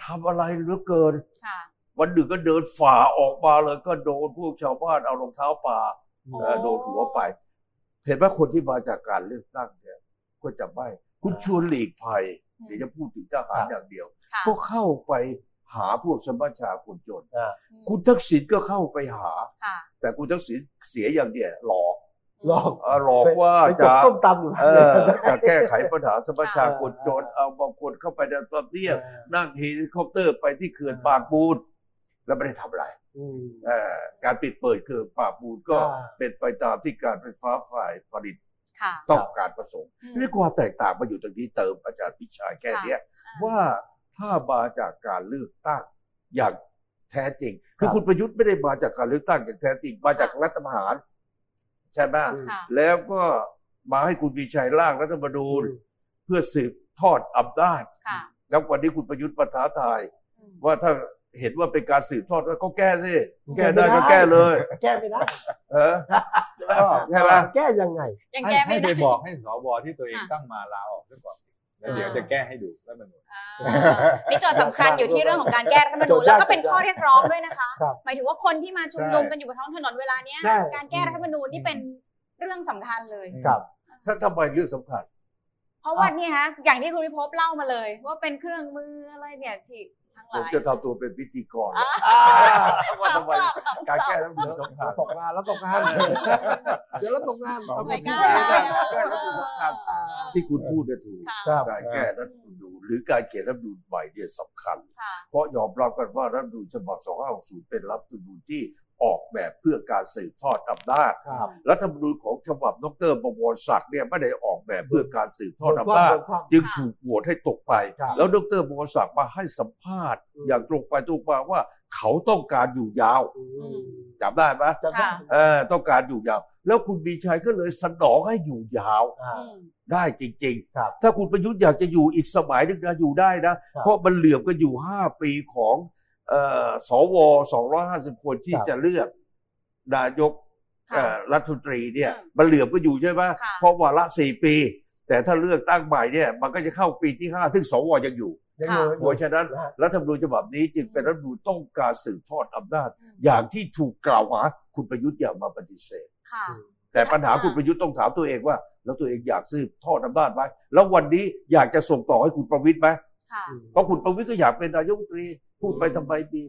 ทำอะไรเหลือเกิน ค่ะ วันหนึ่งก็เดินฝ่าออกมาเลยก็โดนพวกชาวบ้านเอารองเท้าป่า โอ้ เอ่อโดนหัวไป เห็นว่าคนที่มาจากการเลือกตั้งเนี่ยก็จะไม่ คุณชวนหลีกภัยเดี๋ยวจะพูดถึงทหาครรับ อย่างเดียว ค่ะ ก็เข้าไปหาพวกสมัชชาคนจน อืม คุณทักษิณก็เข้าไปหา ค่ะ แต่คุณทักษิณเสียอย่างเดียวหลอก หลอก เอ่อหลอกว่า ไปจ จะ บส้มตำอยู่นะ เออจะแก้ไขปัญหาสมัชชาคนจน เอาบางคนเข้าไปในตอนเที่ยงนั่งเฮลิคอปเตอร์ไปที่เขื่อนปากปูนแล้วไม่ได้ทำอะไร อืม เอ่อการปิดเปิดเกินป่าบูนก็ อ่า เป็นไปตามที่การไฟฟ้าฝ่ายผลิต ค่ะ ต้องการประสงค์ อืม นี่ความแตกต่างมาอยู่ตรงนี้เติมอาจารย์พิชัยแค่เนี้ยว่าถ้ามาจากการเลือกตั้งอย่างแท้จริง คือคุณประยุทธ์ไม่ได้มาจากการเลือกตั้งอย่างแท้จริงมาจากรัฐประหารใช่ไหม ม ค่ะ แล้วก็มาให้คุณมีชัยร่างรัฐธรรมนูญ อืม เพื่อสืบทอดอำนาจ ค่ะ แล้ววันนี้คุณประยุทธ์ประท้าทาย อืม ว่าถ้าเห็นว่าเป็นการสืบทอดก็แก้สิ แก้ไม่แก้ได้ ได้ ก็แก้เลย แก้ไม่ได้ เออ ก็ ใช่ไหม แก้ยังไง ยัง ให้ แก้ ให้ ไม่ ไป ได้ บอกให้สวที่ตัวเอง ค่ะ ตั้งมาลาออกซะก่อนแล้ว อ่า เดี๋ยวจะแก้ให้ดูแล้วมัน อ่านี่โจทย์สำคัญอยู่ที่เรื่องของการแก้รัฐธรรมนูญแล้วก็เป็นข้อเรียกร้องด้วยนะคะ ครับ หมายถึงว่าคนที่มาชุมนุม ใช่ กันอยู่บนท้องถนนเวลาเนี้ย ใช่ การแก้รัฐธรรมนูญนี่เป็นเรื่องสำคัญเลย ครับ ถ้าทำไมเรื่องสำคัญ เพราะว่าเนี่ยฮะอย่างที่คุณวิภพเล่ามาเลย ว่าเป็นเครื่องมืออะไรเนี่ยที่ทั้งห ผม ลาย จะทำตัวเป็นพิธีกร อ่ะ ว่าทำไมการแก้แล้วมันญสำคัญ ตกงานแล้วตกงานเดี๋ยวเราตกงาน ไม่ การ กล้า แก้แล้วมันญสำคัญที่คุณพูดเนี่ยถูก ค่ะ ครับ การแก้รัฐธรรมนูญหรือการเขียนรัฐธรรมนูญใหม่เนี่ยสำคัญ ค่ะ เพราะยอมรับกันว่ารัฐธรรมนูญฉบับ 2560 เป็นรัฐธรรมนูญที่ออกแบบเพื่อการสืบทอดอำนาจ ครับ รัฐธรรมนูญของฉบับดรบวรศักดิ์เนี่ยไม่ได้ออกแบบเพื่อการสืบทอด โดน อำนาจ โดนความ จึงถูกโหวตให้ตกไป ครับ แล้วดรบวรศักดิ์มาให้สัมภาษณ์ อืม อย่างตรงไปตรงมาว่า เขาต้องการอยู่ยาว อืม จำได้ปะ จะต้อง ค่ะ เออต้องการอยู่ยาว แล้วคุณมีชัยก็เลยสนองให้อยู่ยาว อ่า อืม ได้จริง ครับ ถ้าคุณประยุทธ์อยากจะอยู่อีกสมัยหนึงนะอยู่ได้นะ ครับ เพราะมันเหลื่อมกันอยู่ห้าปีของเอ่อสวสองร้อยห้าสิบคนที่ ครับ จะเลือกนายก ค่ะ เอ่อรัฐมนตรีเนี่ย อืม มันเหลื่อมกันอยู่ใช่ไหม ค่ะ เพราะวาระสี่ปี แต่ถ้าเลือกตั้งใหม่เนี่ย มันก็จะเข้าปีที่ห้าซึ่งสวยังอยู่ ยังอยู่ เพราะฉะนั้น ฮะ รัฐธรรมนูญฉบับนี้จึงเป็นรัฐธรรมนูญต้องการสืบทอดอำนาจ อย่างที่ถูกกล่าวหาคุณประยุทธ์อย่ามาปฏิเสธ ค่ะ แต่ปัญหา ค่ะ คุณประยุทธ์ต้องถามตัวเองว่า แล้วตัวเองอยากซื้อทอดอำนาจไหมแล้ววันนี้อยากจะส่งต่อให้คุณประวิทย์ไหม ค่ะ อืม เพราะคุณประวิทย์ก็อยากเป็นนายกรัฐมนตรีพูดไปทำไมดี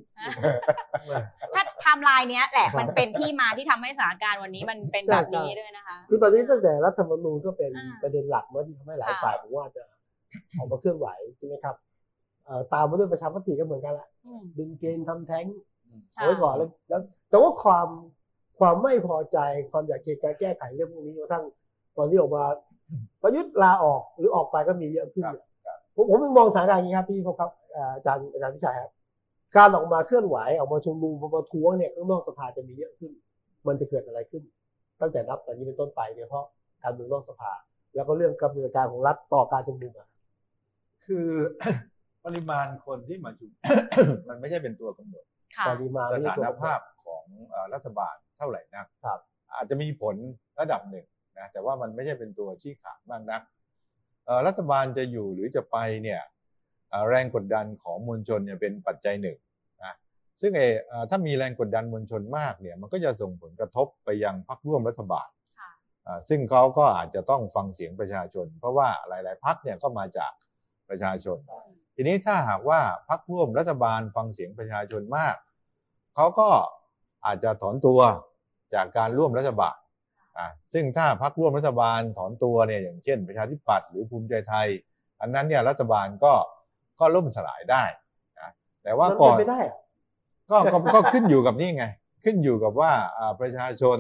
ถ้าไทม์ไลน์เนี้ยแหละมันเป็นที่มาที่ทำให้สถานการณ์วันนี้มันเป็นแบบนี้ด้วยนะคะ คือตอนนี้ตั้งแต่รัฐธรรมนูญก็เป็น อ่า ประเด็นหลักเนอะที่ทำให้หลาย ค่ะ ฝ่ายผมว่าจะออกมาเคลื่อนไหวใช่ไหมครับเอ่อตามมาด้วยประชามติก็เหมือนกันแหละ อืม ดึงเกณฑ์ทำแท้ง ค่ะ เอาไว้ก่อนแล้วแล้วแต่ว่าความความไม่พอใจความอยากเกิดการแก้ไขเรื่องพวกนี้กระทั่งตอนที่ออกมาประยุทธ์ลาออกหรือออกไปก็มีเยอะขึ้น ครับครับ ผมผมมองสถานการณ์อย่างนี้ครับพี่พงศ์ครับเอ่ออาจารย์อาจารย์พิชัยครับการออกมาเคลื่อนไหวออกมาชุมนุมออกมาประท้วงเนี่ยข้างนอกสภาจะมีเยอะขึ้น มันจะเกิดอะไรขึ้น ตั้งแต่นับแต่นี้เป็นต้นไปเนี่ยเพราะการเมืองนอกสภา แล้วก็เรื่องกำหนดการของรัฐต่อการชุมนุมอะ คือ ปริมาณคนที่มา ชุม มันไม่ใช่เป็นตัวกำหนด ค่ะ ปริมาณ ส ไม่ใช่ ถา ตัว น กำหด ภาพของเอ่อรัฐบาลเท่าไหร่นัก ครับ อาจจะมีผลระดับหนึ่งนะแต่ว่ามันไม่ใช่เป็นตัวชี้ขาดมากนักเอ่อรัฐบาลจะอยู่หรือจะไปเนี่ยเอ่อแรงกดดันของมวลชนเนี่ยเป็นปัจจัยหนึ่งนะซึ่งเอ่อเอ่อถ้ามีแรงกดดันมวลชนมากเนี่ยมันก็จะส่งผลกระทบไปยังพรรคร่วมรัฐบาล ค่ะ อ่าซึ่งเขาก็อาจจะต้องฟังเสียงประชาชน เพราะว่าหลาย ๆพรรคเนี่ยก็มาจากประชาชน ทีนี้ถ้าหากว่าพักร่วมรัฐบาลฟังเสียงประชาชนมาก เขาก็อาจจะถอนตัวจากการร่วมรัฐบาลอ่ะซึ่งถ้าพักร่วมรัฐบาลถอนตัวเนี่ยอย่างเช่น ประชาธิปัตย์หรือภูมิใจไทย อันนั้นเนี่ยรัฐบาลก็ก็ล่มสลายได้นะแต่ว่าก่อน มันเป็นไปได้เหรอ ก็ก็ก็ขึ้นอยู่กับนี่ไง ขึ้นอยู่กับว่าอ่าประชาชน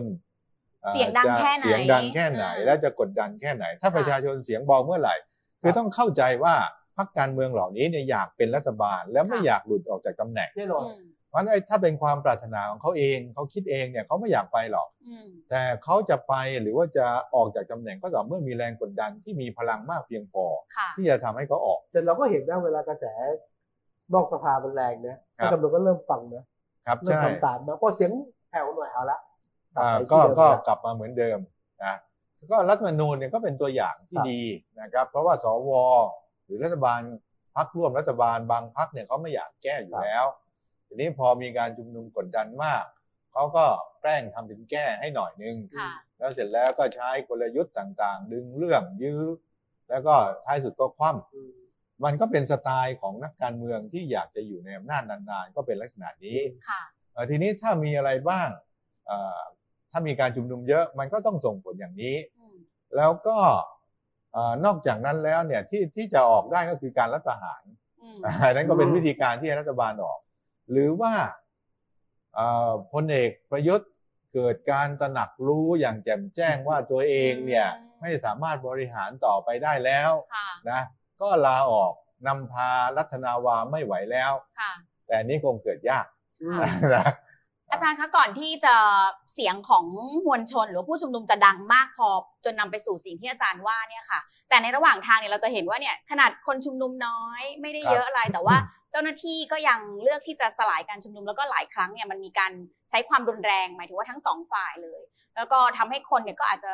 อ่า เสียงดัง จะ แค่ไหน เสียงดังแค่ไหน อ่า และจะกดดันแค่ไหน ถ้าประชาชนเสียงเบาเมื่อไหร่ คือต้องเข้าใจว่าพรรคการเมืองเหล่านี้เนี่ยอยากเป็นรัฐบาล และไม่ ค่ะ อยากหลุดออกจากตำแหน่ง แน่นอน อืม เพราะฉะนั้นไอ้ถ้าเป็นความปรารถนาของเขาเองเขาคิดเองเนี่ยเขาไม่อยากไปหรอก อืม แต่เขาจะไปหรือว่าจะออกจากตำแหน่งก็ต่อเมื่อมีแรงกดดันที่มีพลังมากเพียงพอ ค่ะ ที่จะทำให้เขาออก แต่เราก็เห็นนะเวลากระแสนอกสภามันแรงนะครับ ตำรวจก็เริ่มฟังนะครับเริ่ม ใช่ ทำตามนะพอเสียงแผ่วหน่อยเอาละลับ อ่า ไป ก็ ที่เดิม ก็ นะ กลับมาเหมือนเดิมนะก็รัฐธรรมนูญเนี่ยก็เป็นตัวอย่างคที่รับ ดีนะครับ เพราะว่าสวหรือรัฐบาลพักร่วมรัฐบาลบางพักเนี่ยเขาไม่อยากแก้อยู่ ครับ แล้ว ทีนี้พอมีการชุมนุมกดดันมากเขาก็แกล้งทำเป็นแก้ให้หน่อยนึง ค่ะ แล้วเสร็จแล้วก็ใช้กลยุทธ์ต่างๆ ดึงเรื่องยื้อ แล้วก็ท้ายสุดก็คว่ อืม ำมันก็เป็นสไตล์ของนักการเมืองที่อยากจะอยู่ในอำนาจนานๆ ก็เป็นลักษณะนี้ ค่ะ เอ่อทีนี้ถ้ามีอะไรบ้างเอ่อถ้ามีการชุมนุมเยอะมันก็ต้องส่งผลอย่างนี้ อืม แล้วก็เอ่อนอกจากนั้นแล้วเนี่ยที่ที่จะออกได้ก็คือการรัฐประห าร อืม อันนั้นก็เป็น อืม วิธีการที่ให้รัฐบาลออก หรือว่าเอ่อพลเอกประยุทธ์เกิดการตระหนักรู้อย่างแจ่มแจ้งว่าตัวเองเนี่ย อืม ไม่สามารถบริหารต่อไปได้แล้ว ค่ะ นะก็ลาออกนำพารัฐนาวาไม่ไหวแล้ว ค่ะ แต่อันนี้คงเกิดยาก อืม นะ อาจารย์คะก่อนที่จะเสียงของมวลชน หรือผู้ชุมนุมจะดังมากพอจนนำไปสู่สิ่งที่อาจารย์ว่าเนี่ยค่ะ แต่ในระหว่างทางเนี่ยเราจะเห็นว่าเนี่ยขนาดคนชุมนุมน้อยไม่ได้เยอะอะไร แต่ว่าเจ้าหน้าที่ก็ยังเลือกที่จะสลายการชุมนุมแล้วก็หลายครั้งเนี่ยมันมีการใช้ความรุนแรงหมายถึงว่าทั้งสองฝ่ายเลย แล้วก็ทำให้คนเนี่ยก็อาจจะ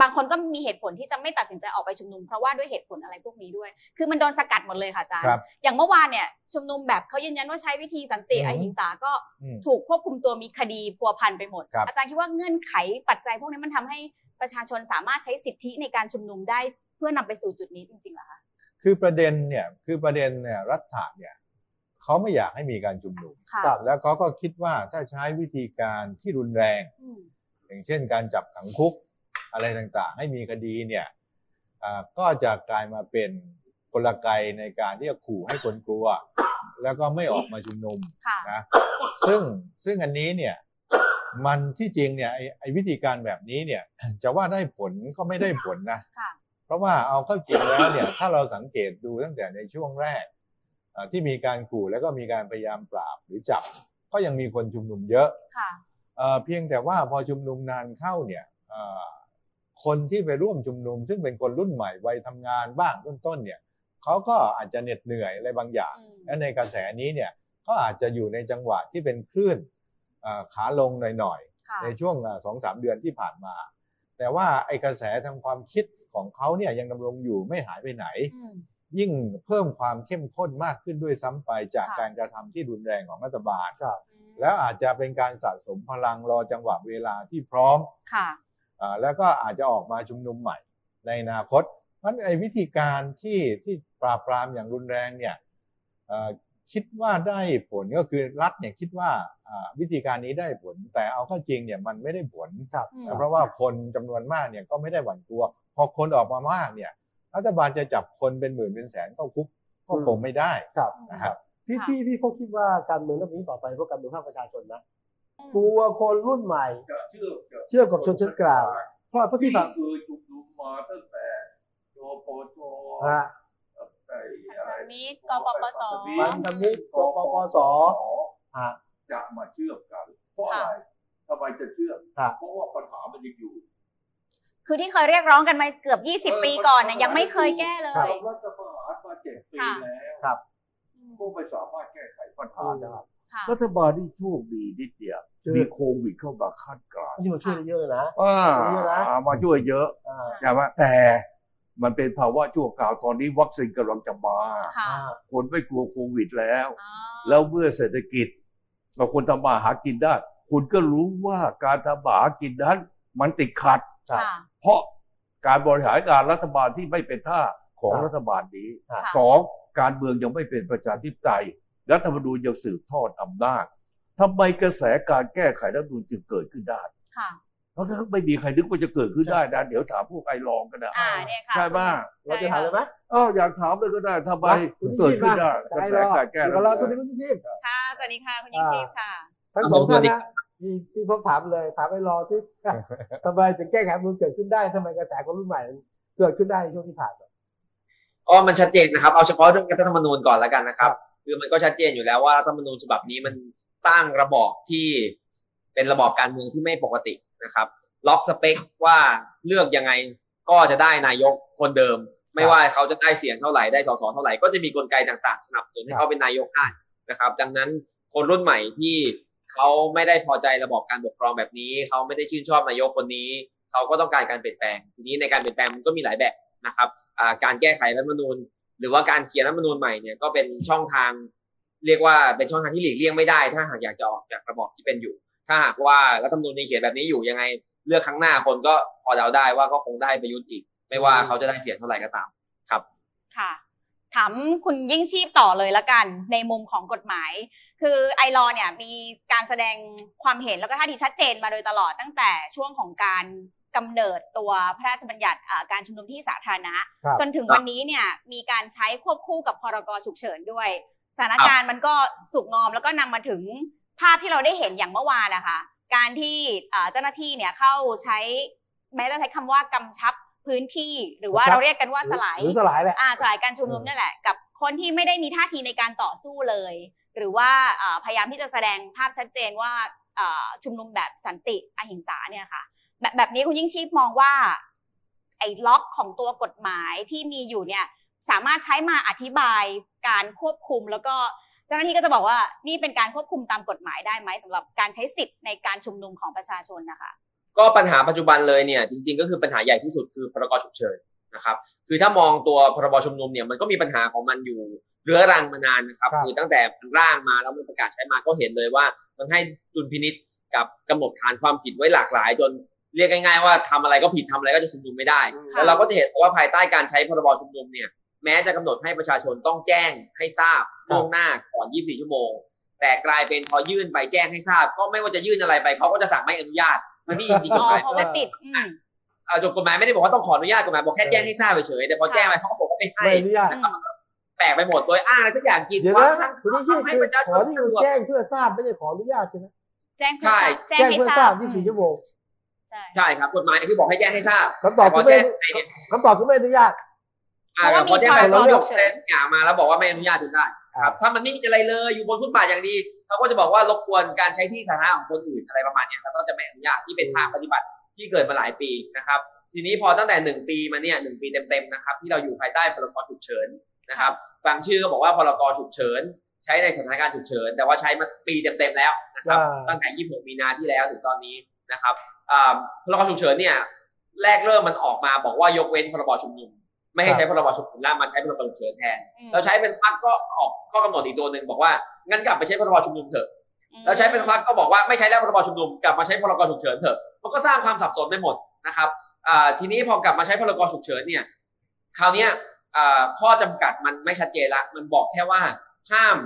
บางคนก็มีเหตุผลที่จะไม่ตัดสินใจออกไปชุมนุม เพราะว่าด้วยเหตุผลอะไรพวกนี้ด้วย คือมันโดนสกัดหมดเลยค่ะอาจารย์ ครับ อย่างเมื่อวานเนี่ยชุมนุมแบบเขายืนยันว่าใช้วิธีสันติ อืม อหิงสาก็ อืม ถูกควบคุมตัวมีคดีพัวพันไปหมด ครับ อาจารย์คิดว่าเงื่อนไขปัจจัยพวกนี้มันทำให้ประชาชนสามารถใช้สิทธิในการชุมนุมได้เพื่อนำไปสู่จุดนี้จริงๆเหรอคะ คือประเด็นเนี่ยคือประเด็นเนี่ยรัฐะเนี่ยเขาไม่อยากให้มีการชุมนุม ค่ะ ครับ แล้วเขาก็คิดว่าถ้าใช้วิธีการที่รุนแรง อืม อย่างเช่น การจับขังคุกอะไรต่างๆ ให้มีคดีเนี่ยอ่าก็จะกลายมาเป็นกลไกในการที่จะขู่ให้คนกลัว แล้วก็ไม่ออกมาชุมนุม ค่ะ นะซึ่งซึ่งอันนี้เนี่ยมันที่จริงเนี่ยไอ้ไอ้วิธีการแบบนี้เนี่ยจะว่าได้ผลก็ไม่ได้ผลนะ ค่ะ เพราะว่าเอาเข้าจริงแล้วเนี่ย ถ้าเราสังเกตดูตั้งแต่ในช่วงแรก อ่าที่มีการขู่แล้วก็มีการพยายามปราบหรือจับ ก็ยังมีคนชุมนุมเยอะ ค่ะ เอ่อเพียงแต่ว่าพอชุมนุมนานเข้าเนี่ยเอ่อคนที่ไปร่วมชุมนุม ซึ่งเป็นคนรุ่นใหม่วัยทำงานบ้างต้นๆเนี่ยเขาก็อาจจะเหน็ดเหนื่อยอะไรบางอย่าง อืม และในกระแสนี้เนี่ยก็อาจจะอยู่ในจังหวะที่เป็นคลื่นเอ่อขาลงหน่อย ค่ะ ๆ ในช่วงเอ่อสองสามเดือนที่ผ่านมา แต่ว่าไอ้กระแสทางความคิดของเขาเนี่ยยังดำรงอยู่ไม่หายไปไหน อืม ยิ่งเพิ่มความเข้มข้นมากขึ้นด้วยซ้ำไปจาก ค่ะ การกระทำที่รุนแรงของรัฐบาล อืม แล้วอาจจะเป็นการสะสมพลังรอจังหวะเวลาที่พร้อม ค่ะ อาแล้วก็อาจจะออกมาชุมนุมใหม่ในอนาคตมันไอ้วิธีการที่ที่ปราบปรามอย่างรุนแรงเนี่ยเอ่อคิดว่าได้ผลก็คือรัฐเนี่ยคิดว่าอ่าวิธีการนี้ได้ผล แต่เอาเข้าจริงเนี่ยมันไม่ได้ผล ครับ อืม เพราะว่าคนจำนวนมากเนี่ยก็ไม่ได้หวั่นกลัว พอคนออกมามากเนี่ยรัฐบาลจะจับคนเป็นหมื่นเป็นแสนเข้าคุกก็คงไม่ได้ ครับ นะครับ พี่ ค่ะ พี่พี่เขาคิดว่าการเมืองเรื่องนี้ต่อไปพวกการเมืองภาคประชาชนนะ อืม กลัวคนรุ่นใหม่ จะเชื่อจะ เชื่อมกับชนชั้นกลางเพราะพวกที่ ที่ ฝั่ง เคยชุมนุมมาตั้งแต่โยปช ฮะ ไอ้ พัน อะไร ธมิตรกปปส มั มันทำนี้กปปสฮะ จะมาเชื่อมกัน เพราะอะไรทำไมจะเชื่อม ครับ เพราะว่าปัญหามันยังอยู่ คือที่เคยเรียกร้องกันมาเกือบ 20 ปีก่อนเนี่ยยังไม่เคยแก้เลย ครับรัฐประหารมาเจ็ดปี ค่ะ แล้ว ครับ ก็ไม่สามารถแก้ไขปัญหาได้ ค่ะ รัฐบาลที่โชคดีนิดเดียว เจอ มีโควิดเข้ามาขั้นกลาง นี่มาช่วยเยอะเลยนะ อ่า เยอะนะ มาช่วยเยอะ อ่า แต่ว่าแต่มันเป็นภาวะชั่วคราวตอนนี้วัคซีนกำลังจะมา ค่ะ อ่า คนไม่กลัวโควิดแล้ว อ๋อ แล้วเมื่อเศรษฐกิจเราคนทำมาหากินได้คุณก็รู้ว่าการทำมาหากินนั้นมันติดขัด ค่ะ เพราะการบริหารงานรัฐบาลที่ไม่เป็นท่าของ ครับ รัฐบาลนี้ ครับ สองการเมืองยังไม่เป็นประชาธิปไตยรัฐธรรมนูญยังสืบทอดอำนาจทำไมกระแสการแก้ไขรัฐธรรมนูญจึงเกิดขึ้นได้ ค่ะ แล้วถ้าไม่มีใครนึกว่าจะเกิดขึ้นได้นะเดี๋ยวถามพวกไอรองกันนะ อ่าเนี่ยค่ะ ได้บ้าง เราจะถามเลยไหม อ้าวอยากถามเลยก็ได้ทำไม คุณ เกิดขึ้นได้ จะ กระ ให้ แส รอ การแก้ เดี๋ยว รั ก็ ฐธรรม ร นู อสวัสดีคุญณชีพ ค่ะ สวัสดีค่ะ คุณยิ่งชีพค่ะ ทั้งสองท่านนะมีพี่พบถามเลยถามไปรอสิ ทำไมถึงแก้ไขรัฐธรรมนูนเกิดขึ้นได้ทำไมกระแสคนรุ่นใหม่มันเกิดขึ้นได้ในช่วงที่ผ่านมา ก็มันชัดเจนนะครับ เอาเฉพาะเรื่องรัฐธรรมนูญก่อนแล้วกันนะครับ ครับ คือมันก็ชัดเจนอยู่แล้วว่ารัฐธรรมนูญฉบับนี้มันสร้างระบอบที่เป็นระบอบการเมืองที่ไม่ปกตินะครับ ล็อกสเปคว่าเลือกยังไงก็จะได้นายกคนเดิม ไม่ว่าเขาจะได้เสียงเท่าไหร่ได้สสเท่าไหร่ก็จะมีกลไกต่างๆ สนับสนุนให้เขาเป็นนายกได้นะครับ ดังนั้นคนรุ่นใหม่ที่เขาไม่ได้พอใจระบอบการปกครองแบบนี้ เขาไม่ได้ชื่นชอบนายกคนนี้ เขาก็ต้องการการเปลี่ยนแปลง ทีนี้ในการเปลี่ยนแปลงมันก็มีหลายแบบนะครับ อ่าการแก้ไขรัฐธรรมนูญ หรือว่าการเขียนรัฐธรรมนูญใหม่เนี่ยก็เป็นช่องทาง เรียกว่าเป็นช่องทางที่หลีกเลี่ยงไม่ได้ ถ้าหากอยากจะออกจากระบอบที่เป็นอยู่ ถ้าหากว่ารัฐธรรมนูญในเขียนแบบนี้อยู่ยังไง เลือกครั้งหน้าคนก็พอเดาได้ว่าก็คงได้ประยุทธ์อีก ไม่ว่าเขาจะได้เสียงเท่าไหร่ก็ตาม ค่ะ ถามคุณยิ่งชีพต่อเลยละกัน ในมุมของกฎหมาย คือไอรอว์เนี่ยมีการแสดงความเห็นแล้วก็ท่าทีชัดเจนมาโดยตลอดตั้งแต่ช่วงของการกำเนิดตัวพระราชบัญญัติอ่าการชุมนุมที่สาธารณะ ครับ จนถึงวันนี้เนี่ยมีการใช้ควบคู่กับพรกฉุกเฉินด้วยสถานการณ์มันก็สุกงอมแล้วก็นำมาถึงภาพที่เราได้เห็นอย่างเมื่อวานนะคะ การที่อ่าเจ้าหน้าที่เนี่ยเข้าใช้แม้จะใช้คำว่ากำชับพื้นที่ หรือว่าเราเรียกกันว่าสลาย หรือสลายแหละ อ่าสลายการชุมนุม เออ เนี่ยแหละกับคนที่ไม่ได้มีท่าทีในการต่อสู้เลย หรือว่าอ่าพยายามที่จะแสดงภาพชัดเจนว่าอ่าชุมนุมแบบสันติอหิงสาเนี่ยค่ะ แบบแบบนี้คุณยิ่งชีพมองว่า ไอ้ล็อกของตัวกฎหมายที่มีอยู่เนี่ย สามารถใช้มาอธิบายการควบคุม แล้วก็เจ้าหน้าที่ก็จะบอกว่านี่เป็นการควบคุมตามกฎหมายได้ไหมสำหรับการใช้สิทธิ์ในการชุมนุมของประชาชนนะคะ ก็ปัญหาปัจจุบันเลยเนี่ยจริงๆ ก็คือปัญหาใหญ่ที่สุดคือพรกฉุกเฉินนะครับคือถ้ามองตัวพรบชุมนุมเนี่ยมันก็มีปัญหาของมันอยู่เรื้อรังมานานนะครับ ครับ คือตั้งแต่มันร่างมาแล้วมันประกาศใช้มาก็เห็นเลยว่า มันให้ดุลพินิษกับกำหนดฐานความผิดไว้หลากหลาย จนเรียกง่ายๆว่าทำอะไรก็ผิดทำอะไรก็จะชุมนุมไม่ได้ ค่ะ แล้วเราก็จะเห็นว่าภายใต้การใช้พรบชุมนุมเนี่ยแม้จะกำหนดให้ประชาชนต้องแจ้งให้ทราบ ครับ ล่วงหน้าก่อน 24 ชั่วโมง แต่กลายเป็นพอยื่นไปแจ้งให้ทราบ ก็ไม่ว่าจะยื่นอะไรไปเขาก็จะสั่งไม่อนุญาตมันนี่จริงๆก อ๋อฎหมาย เพราะว่าติดอืม เอ่อจบกฎหมายไม่ได้บอกว่าต้องขออนุญาตกฎหมายบอกแค่แจ้งให้ทราบเฉยๆแต่พอ ค่ะ แจ้งไปเขาก็บอกว่าไม่ให้ ไม่อนุญาต อืม แปลกไปหมดโดยอ้างอะไรสักอย่างกีด เดี๋ยว ขวา นะ งทาง คุณที่ชื่อ ทำให้ คือ ประชาช ขอน ที่คุสะณ ดวก แจ้งเพื่อทราบไม่ใช่ขออนุญาตใช่ไหม แจ้งเพื่ ใช่ อทราบแจ้ง แจ้ง ให้ เพื่อ ทรา ทรา บบ 24 ชั่วโมง ใช่ ใช่ครับกฎหมายคือบอกให้แจ้งให้ทราบ คำตอบ พ คือ อไม่ แจ้งไปเนี่ย คำตอบคือไม่อนุญาต อ่า เพราะว่า พอแจ้งไป มี เรา พรบ ยก ฉุกเฉิ แจ้ น งอย่างมาแล้วบอกว่าไม่อนุญาตถึงได้ ครับถ้ามันไม่มีอะไรเลยอยู่บนฟุตบาทอย่างดีเขาก็จะบอกว่ารบกวนการใช้ที่สาธารณะของคนอื่นอะไรประมาณเนี้ยครับก็จะไม่อนุญาตที่เป็นทางปฏิบัติที่เกิดมาหลายปีนะครับ ทีนี้พอตั้งแต่หนึ่งปีมาเนี่ยหนึ่งปีเต็มๆนะครับ ที่เราอยู่ภายใต้พรกฉุกเฉินนะครับ ฟังชื่อก็บอกว่าพรกฉุกเฉิน ใช้ในสถานการณ์ฉุกเฉิน แต่ว่าใช้มาปีเต็มๆแล้วนะครับ อ่า ตั้งแต่ 26 มีนาที่แล้วถึงตอนนี้นะครับอ่าพรกฉุกเฉินเนี่ยแรกเริ่มมันออกมาบอกว่ายกเว้นพรบชุมนุมไม่ให้ใช้พรบชุมนุมแล้วมาใช้พรบฉุกเฉินแทน อืม เราใช้เป็นสักพักก็ออกข้อกำหนดอีกตัวหนึ่งบอกว่างั้นกลับไปใช้พรบชุมนุมเถอะ อืม เราใช้เป็นสักพักก็บอกว่าไม่ใช้แล้วพรบชุมนุมกลับมาใช้พรกฉุกเฉินเถอะมันก็สร้างความสับสนไปหมดนะครับอ่าทีนี้พอกลับมาใช้พรกฉุกเฉินเนี่ยคราวเนี้ยอ่าข้อจำกัดมันไม่ชัดเจนละมันบอกแค่ว่าห้าม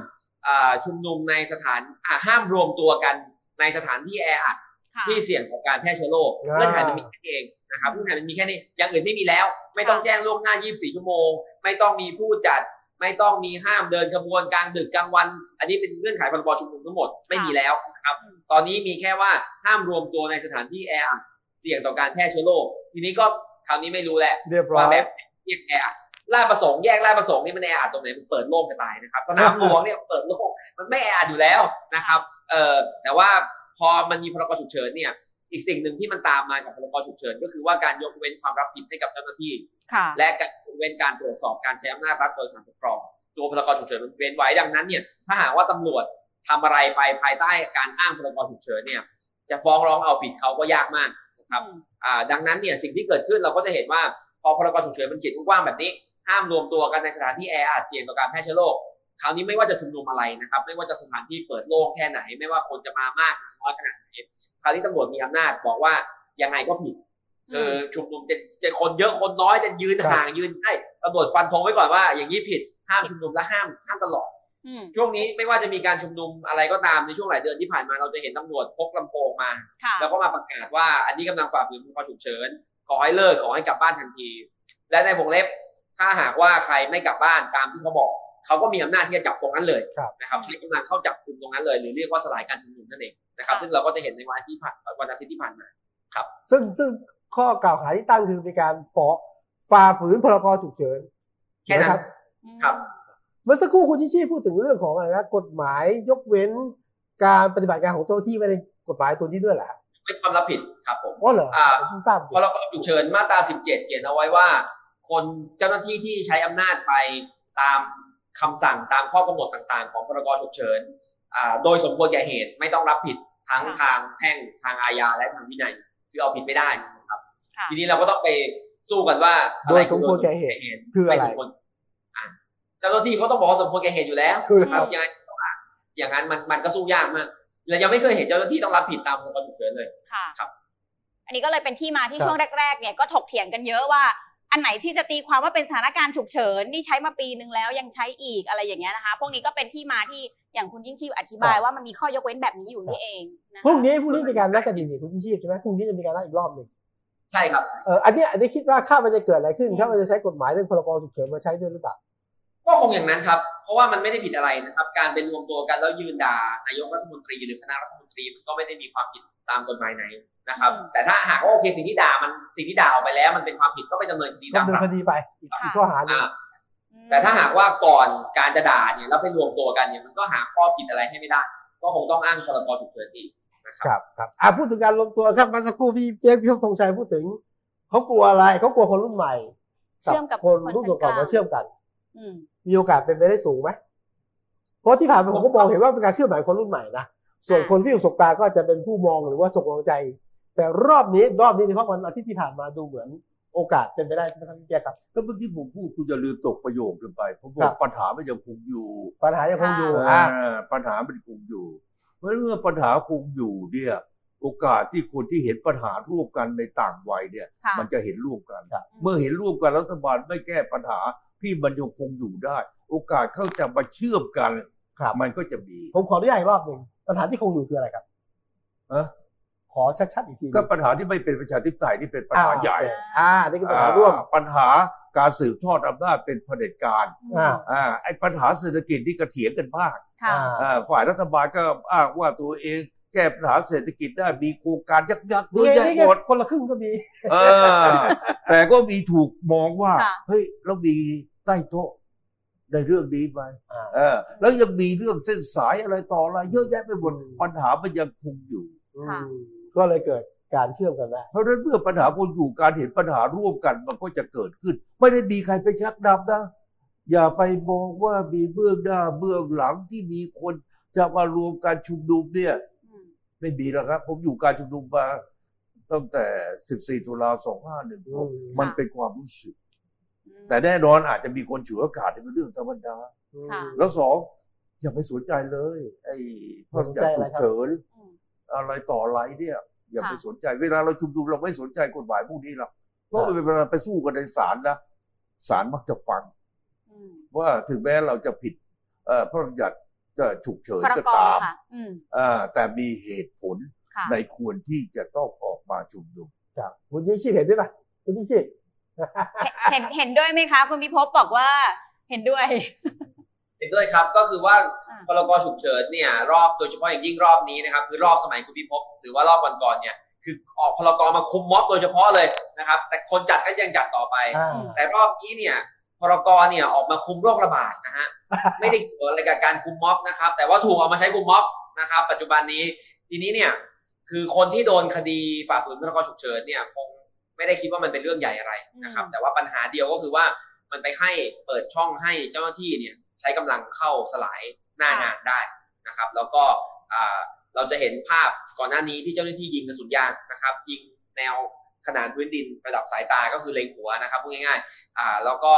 อ่าชุมนุมในสถานอ่าห้ามรวมตัวกันในสถานที่แออัด ค่ะ ที่เสี่ยงของการแพร่เชื้อโรค อ่า เงื่อนไขมันมีแค่นี้เองนะครับเงื่อนไขมันมีแค่นี้อย่างอื่นไม่มีแล้ว ไม่ต้องแจ้งล่วงหน้า 24 ชั่วโมง ไม่ต้องมีผู้จัด ไม่ต้องมีห้ามเดินขบวนกลางดึกกลางวัน อันนี้เป็นเงื่อนไขพรบชุมนุมทั้งหมดไม่มีแล้วนะครับ อืม ตอนนี้มีแค่ว่าห้ามรวมตัวในสถานที่แออัดเสี่ยงต่อการแพร่เชื้อโรคทีนี้ก็คราวนี้ไม่รู้แหละ เรียบร้อ ว่าย แบบเรียกแออัดลาดประสงค์แยกลาดประสงค์นี่มันแออัดตรงไหนมันเปิดโล่งกระตายนะครับ สนามหลวงเนี่ยเปิดโล่งมันไม่แออัดอยู่แล้วนะครับ เอ่อแต่ว่าพอมันมีพรกฉุกเฉินเนี่ย อีกสิ่งหนึ่งที่มันตามมากับพรกฉุกเฉินก็คือว่าการยกเว้นความรับผิดให้กับเจ้าหน้าที่ ค่ะ และการยกเว้นการตรวจสอบการใช้อำนาจรัฐโดยสารปกครอง ตัวพรกฉุกเฉินมันเว้นไว้ดังนั้นเนี่ยถ้าหากว่าตำรวจทำอะไรไปภายใต้การอ้างพรกฉุกเฉินเนี่ย จะฟ้องร้องเอาผิดเขาก็ยากมากนะครับ อ่าดังนั้นเนี่ยสิ่งที่เกิดขึ้นเราก็จะเห็นว่าพอพรกฉุกเฉินมันเขียนกว้างๆแบบนี้ ห้ามรวมตัวกันในสถานที่แออัดเสี่ยงต่อการแพร่เชื้อโรคคราวนี้ไม่ว่าจะชุมนุมอะไรนะครับ ไม่ว่าจะสถานที่เปิดโล่งแค่ไหน ไม่ว่าคนจะมามากน้อยขนาดไหนคราวนี้ตำรวจมีอำนาจบอกว่ายังไงก็ผิด อืม คือชุมนุมจะจะคนเยอะคนน้อยจะยืน ครับ ห่างยืนใกล้ตำรวจฟันธงไว้ก่อนว่า อย่างนี้ผิดห้ามชุมนุมและห้ามห้ามตลอด อืม ช่วงนี้ไม่ว่าจะมีการชุมนุมอะไรก็ตามในช่วงหลายเดือนที่ผ่านมาเราจะเห็นตำรวจพกลำโพงมา ค่ะ แล้วก็มาประกาศว่าอันนี้กำลังฝ่าฝืนพรกฉุกเฉินขอให้เลิกขอให้กลับบ้านทันที และในวงเล็บถ้าหากว่าใครไม่กลับบ้านตามที่เขาบอก เขาก็มีอำนาจที่จะจับตรงนั้นเลย ครับ นะครับใช้กำลังเข้าจับกลุ่มตรงนั้นเลย หรือเรียกว่าสลายการชุมนุมนั่นเองนะครับ ค่ะ ซึ่งเราก็จะเห็นในวันอาทิตย์ที่ผ่านวันอาทิตย์ที่ผ่านมา ซึ่งซึ่งข้อกล่าวหาที่ตั้งคือมีการฝ่อฝ่าฝืนพรกฉุกเฉิน แค่นั้ นะ น รับ อืม ครับ เมื่อสักครู่คุณชิชี่พูดถึงเรื่องของอะไรนะกฎหมายยกเว้นการปฏิบัติงานของเจ้าหน้าที่ไว้ในกฎหมายตัวนี้ด้วยเหรอฮะ เป็นความรับผิดครับผม อ๋อเหรอ อ่า ผมเพิ่งทราบ พรกฉุกเฉินมาตรา 17 เขียนเอาไว้ว่า คนเจ้าหน้าที่ที่ใช้อำนาจไปตามคำสั่งตามข้อกำหนดต่างๆ ของพรกฉุกเฉินอ่าโดยสมควรแก่เหตุไม่ต้องรับผิดทั้งทางแพ่งทางอาญาและทางวินัย คือเอาผิดไม่ได้นะครับ ค่ะ ทีนี้เราก็ต้องไปสู้กันว่าอะ โด ไร ยสมควรแก่เหตุ คืออะไร ม่สมวอ่ะเจ้าหน้าที่เขาต้องบอกว่าสมควรแก่เหตุอยู่แล้ว คือ ม ครับยังไงก็ต้องอ่ะอย่างนั้นมันมันก็สู้ยากมากและยังไม่เคยเห็นเจ้าหน้าที่ต้องรับผิดตามพรกฉุกเฉินเลย ค่ะ ครับ อันนี้ก็เลยเป็นที่มาคที่รับ ช่วงแรก ๆ เนี่ยก็ถกเถียงกันเยอะว่า อันไหนที่จะตีความว่าเป็นสถานการณ์ฉุกเฉินนี่ใช้มาปีนึงแล้วยังใช้อีกอะไรอย่างเงี้ยนะคะ พวกนี้ก็เป็นที่มาที่อย่างคุณยิ่งชีพอธิบายว่ามันมีข้อยกเว้นแบบนี้อยู่นี่เองนะคะ พรุ่งนี้พรุ่งนี้มีการนัดกันดีนี่คุณชิชี่ใช่ไหมพรุ่งนี้จะมีการนัดอีกรอบหนึ่ง ใช่ครับ เอออันเนี้ยอันนี้คิดว่าข้ามันจะเกิดอะไรขึ้นข้ามันจะใช้กฎหมายเรื่องพรกฉุกเฉินมาใช้ด้วยหรือเปล่า ก็คงอย่างนั้นครับ เพราะว่ามันไม่ได้ผิดอะไรนะครับ การไปรวมตัวกันแล้วยืนด่านายกรัฐมนตรีหรือคณะรัฐมนตรีมันก็ไม่ได้มีความผิดตามกฎหมายไหนนะครับ แต่ถ้าหากว่าโอเคสิ่งที่ด่ามันสิ่งที่ด่าออกไปแล้ว มันเป็นความผิดก็ไปดำเนินคดี ดำ ตาม เนินหลัก คดีไปอีกอีกข้อหาหนึ่ง อ่า อืม แต่ถ้าหากว่าก่อนการจะด่าเนี่ยแล้วไปรวมตัวกันเนี่ยมันก็หาข้อผิดอะไรให้ไม่ได้ ก็คงต้องอ้างพรบฉุกเฉินอีกนะครับ ครับครับอ่ะพูดถึงการรวมตัวครับเมาสักครู่พี่เปียกพี่ชมธงชัยพูดถึงเขากลัวอะไรเขากลัวคนรุ่นใหม่ เชื่อมกับ คนรุ่นเก่าๆมาเชื่อมกัน อืม มีโอกาสเป็นไปได้สูงไหมเพราะที่ผ่านมาผมก็มองเห็นว่าเป็นการเคลื่อนไหวคนรุ่นใหม่นะ ส่วน อ่า คนที่ประสบการณ์ก็จะเป็นผู้มองหรือว่าส่งกำลังใจ แต่รอบนี้รอบนี้ในเฉพาะวันอาทิตย์ที่ผ่านมาดูเหมือนโอกาสเป็นไปได้ใช่ไหมครับพี่เปียกครับ แล้วเมื่อกี้ผมพูดคุณอย่าลืมตกประโยคกันไปเพราะบอ ครั ก บ ปัญหามันยังคงอยู่ ปัญหายังคงอยู่ เอ อ่ะ อปัญหามันคงอยู่เพราะเมื่อปัญหาคงอยู่เนี่ย โอกาสที่คนที่เห็นปัญหาร่วมกันในต่างวัยเนี่ย ค่ะ มันจะเห็นร่วมกัน ครับ เมื่อเห็นร่วมกันรัฐบาลไม่แก้ปัญหาที่มันยังคงอยู่ได้ โอกาสเข้าจะมาเชื่อมกัน ครับ มันก็จะมี ผมขออนุญาตอีกรอบหนึ่งปัญหาที่คงอยู่คืออะไรครับ เอ้อ ขอชัดๆอีกทีหนึ่ง ก็ปัญหาที่ไม่เป็นประชาธิปไตยนี่เป็นปัญหา อ่ ใหญ่ โอเคอ่านี่คือปัญหาร่วม อ่าปัญหาการสืบทอดอำนาจเป็นเผด็จการ อ่า อ่าไอ้ปัญหาเศรษฐกิจนี่กระเถียงกันมาก ค่ะ อ่า อ่าฝ่ายรัฐบาลก็อ้างว่าตัวเองแก้ปัญหาเศรษฐกิจได้มีโครงการยักษ์ยักษ์ๆเย นี่ อะ ไง แยะ นี่ ห ไง มด คนละครึ่งก็มี เอ อแต่ก็มีถูกมองว่า ค่ะ เฮ้ยเรามีใต้โต๊ะ ในเรื่องนี้ไป อ่า เออ แล้วยังมีเรื่องเส้นสายอะไรต่ออะไรเยอะแยะไปหมดปัญหามันยังคงอยู่ อืม ค่ะ ก็เลยเกิดการเชื่อมกันได้ เพราะฉะนั้นเมื่อปัญหาคนอยู่การเห็นปัญหาร่วมกันมันก็จะเกิดขึ้น ไม่ได้มีใครไปชักนำนะ อย่าไปมองว่ามีเบื้องหน้าเบื้องหลังที่มีคนจะมารวมการชุมนุมเนี่ย อืม ไม่มีแล้วครับ ผมอยู่การชุมนุมมาตั้งแต่ 14 ตุลา อืม 2516มันเป็นความรู้สึก อืม แต่แน่นอนอาจจะมีคนฉวยโอกาสเป็นเรื่องธรรมดา ค่ะ แล้วสองอย่าไปสนใจเลย ไอ้พระบัญญัติฉุกเฉิน อืม อะไรต่ออะไรเนี่ย อย่าไป ค่ะ สนใจ เวลาเราชุมนุมเราไม่สนใจกฎหมายพวกนี้หรอกเพราะเวลาไปสู้กันในศาลนะศาลมักจะฟัง อืม ว่าถึงแม้เราจะผิดเอ่อพระบัญญัติเอ่อฉุกเฉิน พร ก็ ก ตาม ค่ะ อืม เอ่อแต่มีเหตุผล ค่ะ ในควรที่จะต้องออกมาชุมนุม ครับคุณยิ่งชีพเห็นด้วยป่ะคุณยิ่งชีพ เห็นเห็นด้วยไหมคะ คุณพิภพบอกว่า เห็นด้วย เห็นด้วยครับก็คือว่า อ่า พรกฉุกเฉินเนี่ยรอบโดยเฉพาะอย่างยิ่งรอบนี้นะครับคือรอบสมัยคุณพิภพหรือว่ารอบก่อนๆเนี่ยคือออกพรกมาคุมม็อบโดยเฉพาะเลยนะครับ แต่คนจัดก็ยังจัดต่อไป อ่า แต่รอบนี้เนี่ยพรกเนี่ยออกมาคุมโรคระบาดนะฮะ ไม่ได้เกี่ยวอะไรกับการคุมม็อบนะครับ แต่ว่าถูกเอามาใช้คุมม็อบนะครับ ปัจจุบันนี้ทีนี้เนี่ยคือคนที่โดนคดีฝ่าฝืนพรกฉุกเฉินเนี่ยคงไม่ได้คิดว่ามันเป็นเรื่องใหญ่อะไรนะครับ อืม แต่ว่าปัญหาเดียวก็คือว่ามันไปให้เปิดช่องให้เจ้าหน้าที่เนี่ยใช้กำลังเข้าสลายหน้างานได้นะครับ แล้วก็อ่าเราจะเห็นภาพก่อนหน้านี้ที่เจ้าหน้าที่ยิงกระสุนยางนะครับ ยิงแนวขนานพื้นดินระดับสายตาก็คือเล็งหัวนะครับพูดง่ายๆ อ่าแล้วก็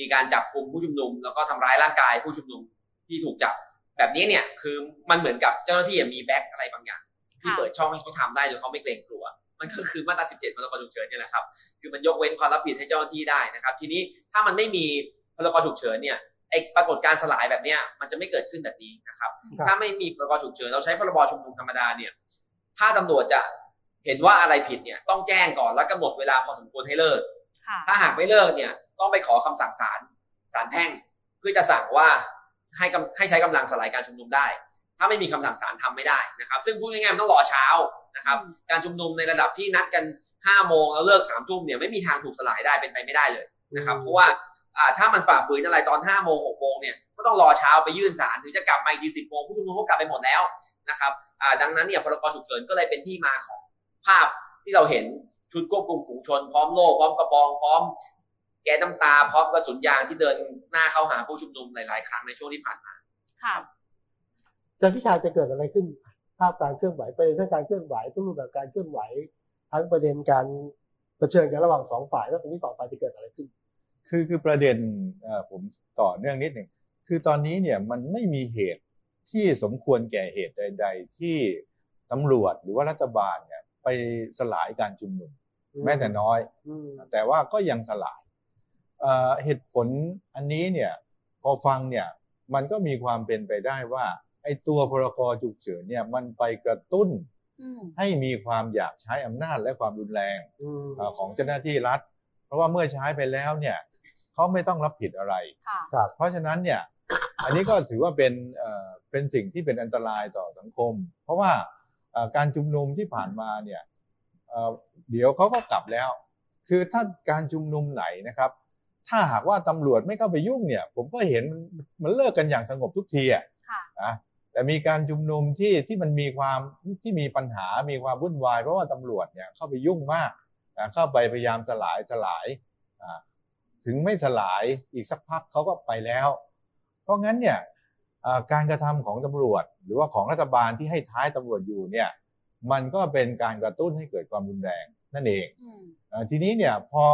มีการจับกลุ่มผู้ชุมนุม แล้วก็ทำร้ายร่างกายผู้ชุมนุมที่ถูกจับ แบบนี้เนี่ยคือมันเหมือนกับเจ้าหน้าที่มีแบ็คอะไรบางอย่าง ที่ ค่ะ เปิดช่องให้เขาทำได้โดยเขาไม่เกรงกลัว มันก็คือมาตรา 17พรกฉุกเฉินเนี่ยแหละครับคือมันยกเว้นความรับผิดให้เจ้าหน้าที่ได้นะครับ ทีนี้ถ้ามันไม่มีพรกฉุกเฉินเนี่ยไอ้ปรากฏการณ์สลายแบบเนี้ยมันจะไม่เกิดขึ้นแบบนี้นะครับ ครับ ถ้าไม่มีพรกฉุกเฉินเราใช้พรบชุมนุมธรรมดาเนี่ยถ้าตำรวจจะเห็นว่าอะไรผิดเนี่ยต้องแจ้งก่อนและกำหนดเวลาพอสมควรให้เลิก ค่ะ ถ้าหากไม่เลิกเนี่ยต้องไปขอคำสั่งศาลศาลแพ่ง เพื่อจะสั่งว่าให้กำให้ใช้กำลังสลายการชุมนุมได้ ถ้าไม่มีคำสั่งศาลทำไม่ได้นะครับ ซึ่งพูดง่ายๆมันต้องรอเช้านะครับ อืม การชุมนุมในระดับที่นัดกัน5โมงแล้วเลิก3ทุ่มเนี่ยไม่มีทางถูกสลายได้เป็นไปไม่ได้เลยนะครับ เพราะว่าอ่าถ้ามันฝ่าฝืนอะไรตอน5โมง6โมงเนี่ยก็ต้องรอเช้าไปยื่นศาลถึงจะกลับมาอีกที10โมงผู้ชุมนุมก็กลับไปหมดแล้วนะครับอ่าดังนั้นเนี่ยพรกฉุกเฉินก็เลยเป็นที่มาของภาพที่เราเห็นชุดควบคุมฝูงชน พร้อมโล่พร้อมกระบองพร้อม แก๊สน้ำตาพร้อมกระสุนยางที่เดินหน้าเข้าหาผู้ชุมนุมหลายๆครั้งในช่วงที่ผ่านมา ค่ะ จะพิชาจะเกิดอะไรขึ้น ภาพการเคลื่อนไหวประเด็นเรื่องการเคลื่อนไหวทุกรูปแบบการเคลื่อนไหว ทั้งประเด็นการเผชิญกันระหว่างสองฝ่ายแล้วตรงนี้ต่อไปจะเกิดอะไรขึ้น คือคือประเด็นเอ่อผมต่อเนื่องนิดหนึ่งคือตอนนี้เนี่ยมันไม่มีเหตุที่สมควรแก่เหตุใด ๆ ที่ตำรวจหรือว่ารัฐบาลเนี่ยไปสลายการชุมนุมแม้แต่น้อย อืม แต่ว่าก็ยังสลายเอ่อเหตุผลอันนี้เนี่ยพอฟังเนี่ยมันก็มีความเป็นไปได้ว่าไอ้ตัวพรกฉุกเฉินเนี่ยมันไปกระตุ้น อืม ให้มีความอยากใช้อำนาจและความรุนแรง อืม เอ่อของเจ้าหน้าที่รัฐ เพราะว่าเมื่อใช้ไปแล้วเนี่ยเขาไม่ต้องรับผิดอะไร ค่ะ เพราะฉะนั้นเนี่ย อันนี้ก็ถือว่าเป็นเอ่อเป็นสิ่งที่เป็นอันตรายต่อสังคม เพราะว่าเอ่อการชุมนุมที่ผ่านมาเนี่ยเอ่อเดี๋ยวเขาก็กลับแล้ว คือถ้าการชุมนุมไหนนะครับ ถ้าหากว่าตำรวจไม่เข้าไปยุ่งเนี่ย ผมก็เห็นมันมันเลิกกันอย่างสงบทุกทีอะ ค่ะ นะแต่มีการชุมนุมที่ที่มันมีความที่มีปัญหา มีความวุ่นวาย เพราะว่าตำรวจเนี่ยเข้าไปยุ่งมากนะเข้าไปพยายามสลายสลาย อ่าถึงไม่สลายอีกสักพักเขาก็ไปแล้ว เพราะงั้นเนี่ยอ่าการกระทำของตำรวจ หรือว่าของรัฐบาลที่ให้ท้ายตำรวจอยู่เนี่ยมันก็เป็นการกระตุ้นให้เกิดความรุนแรงนั่นเอง อืม อาทีนี้เนี่ยพอ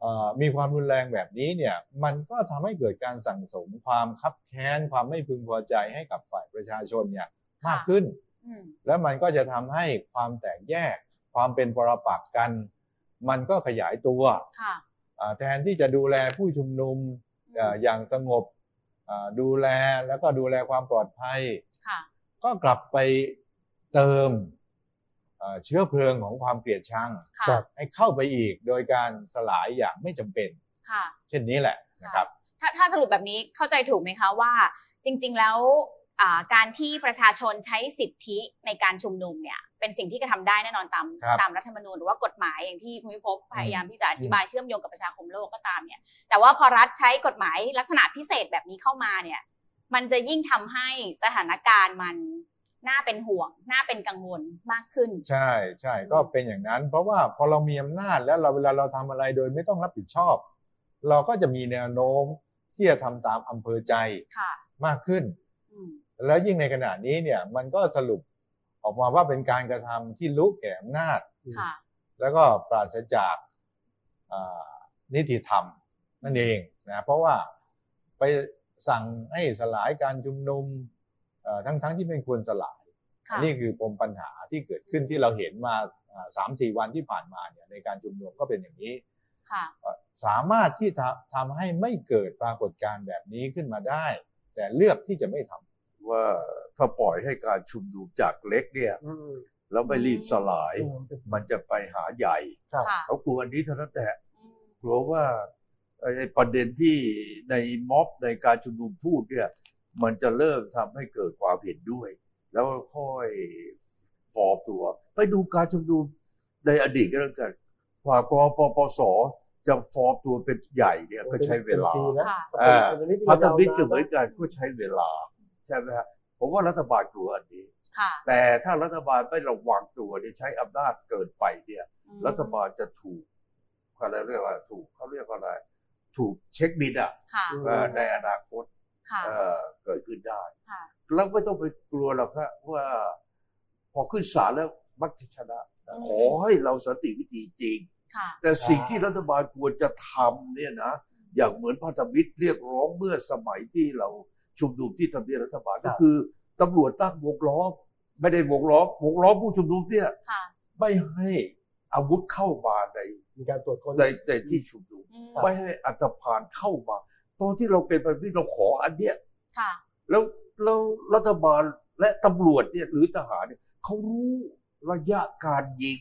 เอ่อมีความรุนแรงแบบนี้เนี่ยมันก็ทำให้เกิดการสั่งสมความคับแค้นความไม่พึงพอใจให้กับฝ่ายประชาชนเนี่ยมากขึ้น อืม แล้วมันก็จะทำให้ความแตกแยก ความเป็นปรปักษ์กัน มันก็ขยายตัว ค่ะ อ่าแทนที่จะดูแลผู้ชุมนุม อืม เอ่ออย่างสงบอ่าดูแลแล้วก็ดูแลความปลอดภัย ค่ะ ก็กลับไปเติมเอ่อเชื้อเพลิงของความเกลียดชัง ค่ะ ครับ ให้เข้าไปอีกโดยการสลายอย่างไม่จำเป็น ค่ะ เช่นนี้แหละนะครับ ถ้าถ้าสรุปแบบนี้เข้าใจถูกไหมคะว่า จริง ๆ แล้ว อ่าการที่ประชาชนใช้สิทธิในการชุมนุมเนี่ยเป็นสิ่งที่กระทำได้แน่นอนตาม ครับ ตามรัฐธรรมนูญหรือว่ากฎหมายอย่างที่คุณวิภพพยายามที่จะอธิ อืม บายเชื่อมโยงกับประชาคมโลกก็ตามเนี่ย แต่ว่าพอรัฐใช้กฎหมายลักษณะพิเศษแบบนี้เข้ามาเนี่ย มันจะยิ่งทำให้สถานการณ์มันน่าเป็นห่วง น่าเป็นกังวลมากขึ้น ใช่ใช่ก็เป็นอย่างนั้น เพราะว่าพอเรามีอำนาจแล้วเราเวลาเราทำอะไรโดยไม่ต้องรับผิดชอบ เราก็จะมีแนวโน้มที่จะทำตามอำเภอใจ ค่ะ มากขึ้น อืม แล้วยิ่งในขณะนี้เนี่ยมันก็สรุปออกมาว่าเป็นการกระทำที่ลุกแก่อำนาจ ค่ะ แล้วก็ปราศจากอ่านิติธรรมนั่นเองนะเพราะว่าไปสั่งให้สลายการชุมนุมเอ่อทั้งๆที่เป็นควรสลาย ค่ะ นี่คือปมปัญหาที่เกิดขึ้นที่เราเห็นมาอ่าสามสี่วันที่ผ่านมาเนี่ยในการชุมนุมก็เป็นอย่างนี้ ค่ะ สามารถที่ทำทำให้ไม่เกิดปรากฏการณ์แบบนี้ขึ้นมาได้ แต่เลือกที่จะไม่ทำ ว่าถ้าปล่อยให้การชุมนุมจากเล็กเนี่ย อืม แล้วไม่รีบสลาย อืม มันจะไปหาใหญ่ ครับ ค่ะ เขากลัวอันนี้เท่านั้นแหละ อืม กลัวว่าไอ้ประเด็นที่ในม็อบในการชุมนุมพูดเนี่ย มันจะเริ่มทำให้เกิดความเห็นด้วย แล้วค่อยฟอร์มตัว ไปดูการชุมนุมในอดีตก็แล้วกันกว่ากปปสจะฟอร์มตัวเป็นใหญ่เนี่ยก็ใช้เวลา ป็นปีนะ ค่ะ อ่า เป็นปีที่ พั เรา ฒ เดา มิตรก็เหมื ได้ อนกันก็ใช้เวลาใช่ไหมฮะผมว่ารัฐบาลกลัวอันนี้ ค่ะ แต่ถ้ารัฐบาลไม่ระวังตัวเนี่ยใช้อำนาจเกินไปเนี่ย รัฐบาลจะถูกอะไรเรียกว่าถูกเขาเรียกว่าอะไร ถูกเช็คบินอ่ะ ค่ะ อืม เอ่อในอนาคต ค่ะ เอ่อเกิดขึ้นได้ ค่ะ แล้วไม่ต้องไปกลัวหรอกครับว่า พอขึ้นศาลแล้วมักจะชนะ ขอให้เราสนติวิธีจริง ค่ะ แต่สิ่งที่รัฐบาลควรจะทำเนี่ยนะ อย่างเหมือนพันธมิตรเรียกร้องเมื่อสมัยที่เราชุมนุมที่ทำเนียบรัฐบาลก็คือตำรวจตั้งวงล้อมไม่ได้วงล้อมวงล้อมผู้ชุมนุมเนี่ย ค่ะ ไม่ให้อาวุธเข้ามาใน มีการตรวจคน ในในที่ชุมนุม อืม ไม่ให้อันตพานเข้ามา ตอนที่เราเป็นพันธมิตรเราขออันเนี้ย ค่ะ แล้วแล้วรัฐบาลและตำรวจเนี่ยหรือทหารเนี่ยเขารู้ระยะการยิง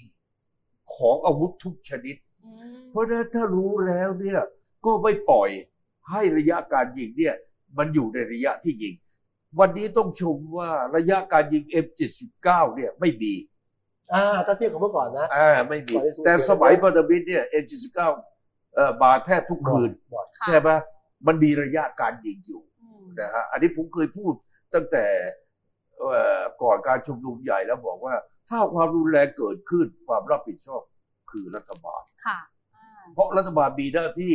ของอาวุธทุกชนิด อืม เพราะฉะนั้นถ้ารู้แล้วเนี่ยก็ไม่ปล่อยให้ระยะการยิงเนี่ยมันอยู่ในระยะที่ยิง วันนี้ต้องชมว่าระยะการยิง F79 เนี่ยไม่มี อ่าถ้าเทียบกับเมื่อก่อนนะ อ่าไม่มี แต่สมัยพันธมิตรเนี่ย F79 เอ่อมาแทบทุกคืน บ่อย ค่ะ ใช่ไหมมันมีระยะการยิงอยู่ อืม นะฮะอันนี้ผมเคยพูดตั้งแต่เอ่อก่อนการชุมนุมใหญ่แล้วบอกว่า ถ้าความรุนแรงเกิดขึ้นความรับผิดชอบคือรัฐบาล ค่ะอ่า เพราะรัฐบาลมีหน้าที่